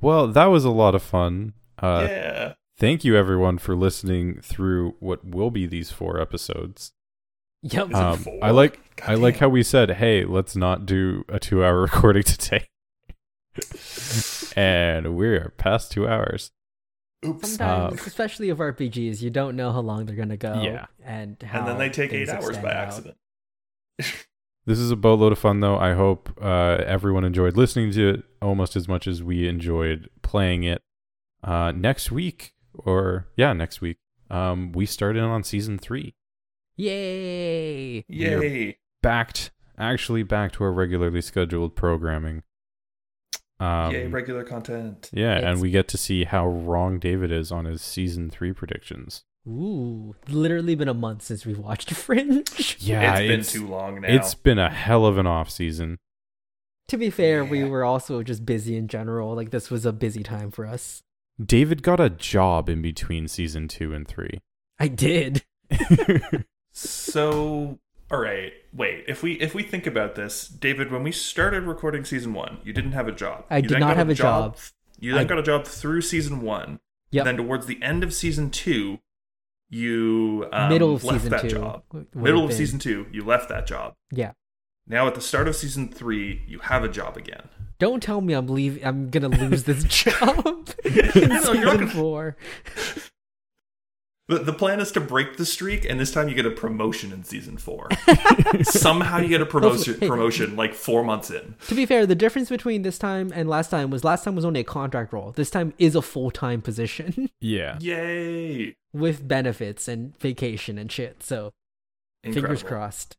Speaker 2: well, that was a lot of fun. Uh,
Speaker 3: yeah.
Speaker 2: Thank you, everyone, for listening through what will be these four episodes.
Speaker 1: yep.
Speaker 3: it
Speaker 2: Um,
Speaker 3: four?
Speaker 2: I like I
Speaker 3: Goddamn.
Speaker 2: like how we said, "Hey, let's not do a two-hour recording today," and we're past two hours.
Speaker 3: Oops.
Speaker 1: Sometimes, especially of RPGs, you don't know how long they're gonna go.
Speaker 2: uh, Yeah.
Speaker 1: and how
Speaker 3: and then they take
Speaker 1: things
Speaker 3: eight hours
Speaker 1: extend
Speaker 3: by
Speaker 1: out.
Speaker 3: accident.
Speaker 2: This is a boatload of fun, though. I hope uh, everyone enjoyed listening to it almost as much as we enjoyed playing it. Uh, next week, or yeah, next week, um, we start in on season three.
Speaker 1: Yay!
Speaker 2: We're-
Speaker 3: Yay.
Speaker 2: Backed, actually, back to our regularly scheduled programming. Um,
Speaker 3: Yay, regular content.
Speaker 2: Yeah, and
Speaker 1: It's-
Speaker 2: we get to see how wrong David is on his season three predictions.
Speaker 1: Ooh, literally been a month since we watched Fringe.
Speaker 2: Yeah,
Speaker 3: it's been too long now.
Speaker 2: It's been a hell of an off season.
Speaker 1: to be fair, we
Speaker 3: Yeah.
Speaker 1: were also just busy in general. Like this was a busy time for us.
Speaker 2: David got a job in between season two and three.
Speaker 1: I did.
Speaker 3: so all right. wait, if we if we think about this, David, when we started recording season one, you didn't have a job.
Speaker 1: I
Speaker 3: You
Speaker 1: did
Speaker 3: then
Speaker 1: not
Speaker 3: got
Speaker 1: have a job.
Speaker 3: You then
Speaker 1: I-
Speaker 3: got a job through season one.
Speaker 1: Yep.
Speaker 3: Then towards the end of season two, you um,
Speaker 1: Middle of
Speaker 3: left
Speaker 1: season
Speaker 3: that
Speaker 1: two
Speaker 3: job.
Speaker 1: would have
Speaker 3: Middle of
Speaker 1: been-
Speaker 3: season two, you left that job.
Speaker 1: Yeah.
Speaker 3: Now at the start of season three, you have a job again.
Speaker 1: Don't tell me I'm leave. I'm gonna lose this job
Speaker 3: No,
Speaker 1: in
Speaker 3: you're
Speaker 1: season
Speaker 3: not gonna-
Speaker 1: four.
Speaker 3: The, the plan is to break the streak, and this time you get a promotion in season four. Somehow you get a promotion,
Speaker 1: Hopefully.
Speaker 3: promotion like four months in.
Speaker 1: To be fair, the difference between this time and last time was last time was only a contract role. This time is a full time position
Speaker 2: Yeah.
Speaker 3: Yay!
Speaker 1: with benefits and vacation and shit. So fingers
Speaker 3: Incredible.
Speaker 1: crossed.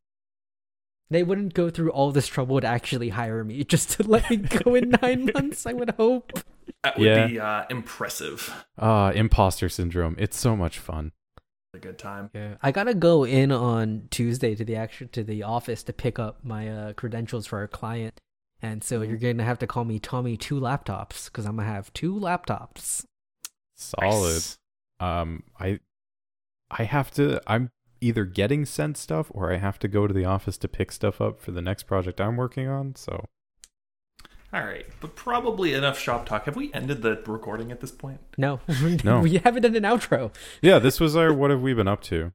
Speaker 1: They wouldn't go through all this trouble to actually hire me just to let me go in nine months. I would hope.
Speaker 3: That would
Speaker 2: Yeah.
Speaker 3: be uh, impressive.
Speaker 2: Ah, imposter syndrome. It's so much fun.
Speaker 3: A good time.
Speaker 1: Yeah, I gotta go in on Tuesday to the action to the office to pick up my uh, credentials for our client, and so you're gonna have to call me Tommy Two Laptops because I'm gonna have two laptops.
Speaker 2: Solid.
Speaker 3: Nice.
Speaker 2: Um, I, I have to. I'm either getting sent stuff or I have to go to the office to pick stuff up for the next project I'm working on. So
Speaker 3: All right, but probably enough shop talk. Have we ended the recording at this point?
Speaker 1: No,
Speaker 2: No.
Speaker 1: we haven't done an outro.
Speaker 2: yeah, this was our what have we been up to?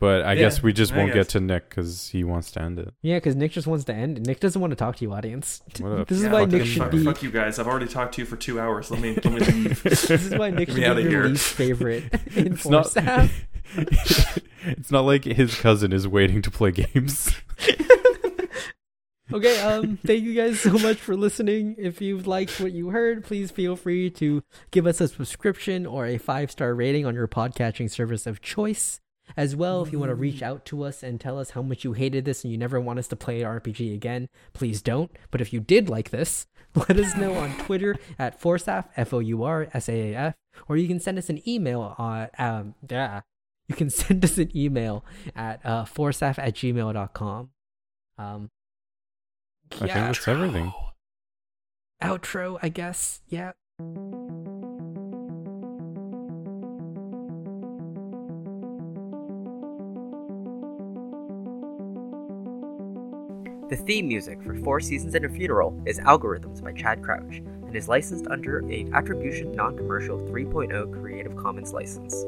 Speaker 2: But I
Speaker 3: Yeah,
Speaker 2: guess we just
Speaker 3: I
Speaker 2: won't
Speaker 3: guess.
Speaker 2: get to Nick because he wants to end it.
Speaker 1: Yeah, because Nick just wants to end. Nick doesn't want to talk to you, audience.
Speaker 2: What a
Speaker 1: This is
Speaker 3: Yeah,
Speaker 1: why
Speaker 2: fucking
Speaker 1: Nick
Speaker 3: fuck,
Speaker 1: should be.
Speaker 3: fuck you guys. I've already talked to you for two hours. Let me let me leave.
Speaker 1: This is why Nick should
Speaker 3: Get me
Speaker 1: be
Speaker 3: outta
Speaker 1: your
Speaker 3: here.
Speaker 1: least favorite in
Speaker 2: It's not-
Speaker 1: Forstaff.
Speaker 2: it's not like his cousin is waiting to play games.
Speaker 1: Okay, um, thank you guys so much for listening. If you've liked what you heard, please feel free to give us a subscription or a five star rating on your podcatching service of choice. As well, if you want to reach out to us and tell us how much you hated this and you never want us to play an RPG again, please don't. But if you did like this, let us know on Twitter at Forsaff, F O U R S A A F, or you can send us an email on, um, yeah, you can send us an email at uh, forsaff at gmail.com. Um,
Speaker 2: I think that's everything.
Speaker 1: outro, I guess. Yeah.
Speaker 4: The theme music for Four Seasons and a Funeral is Algorithms by Chad Crouch and is licensed under a Attribution Non Commercial 3.0 Creative oh Commons license.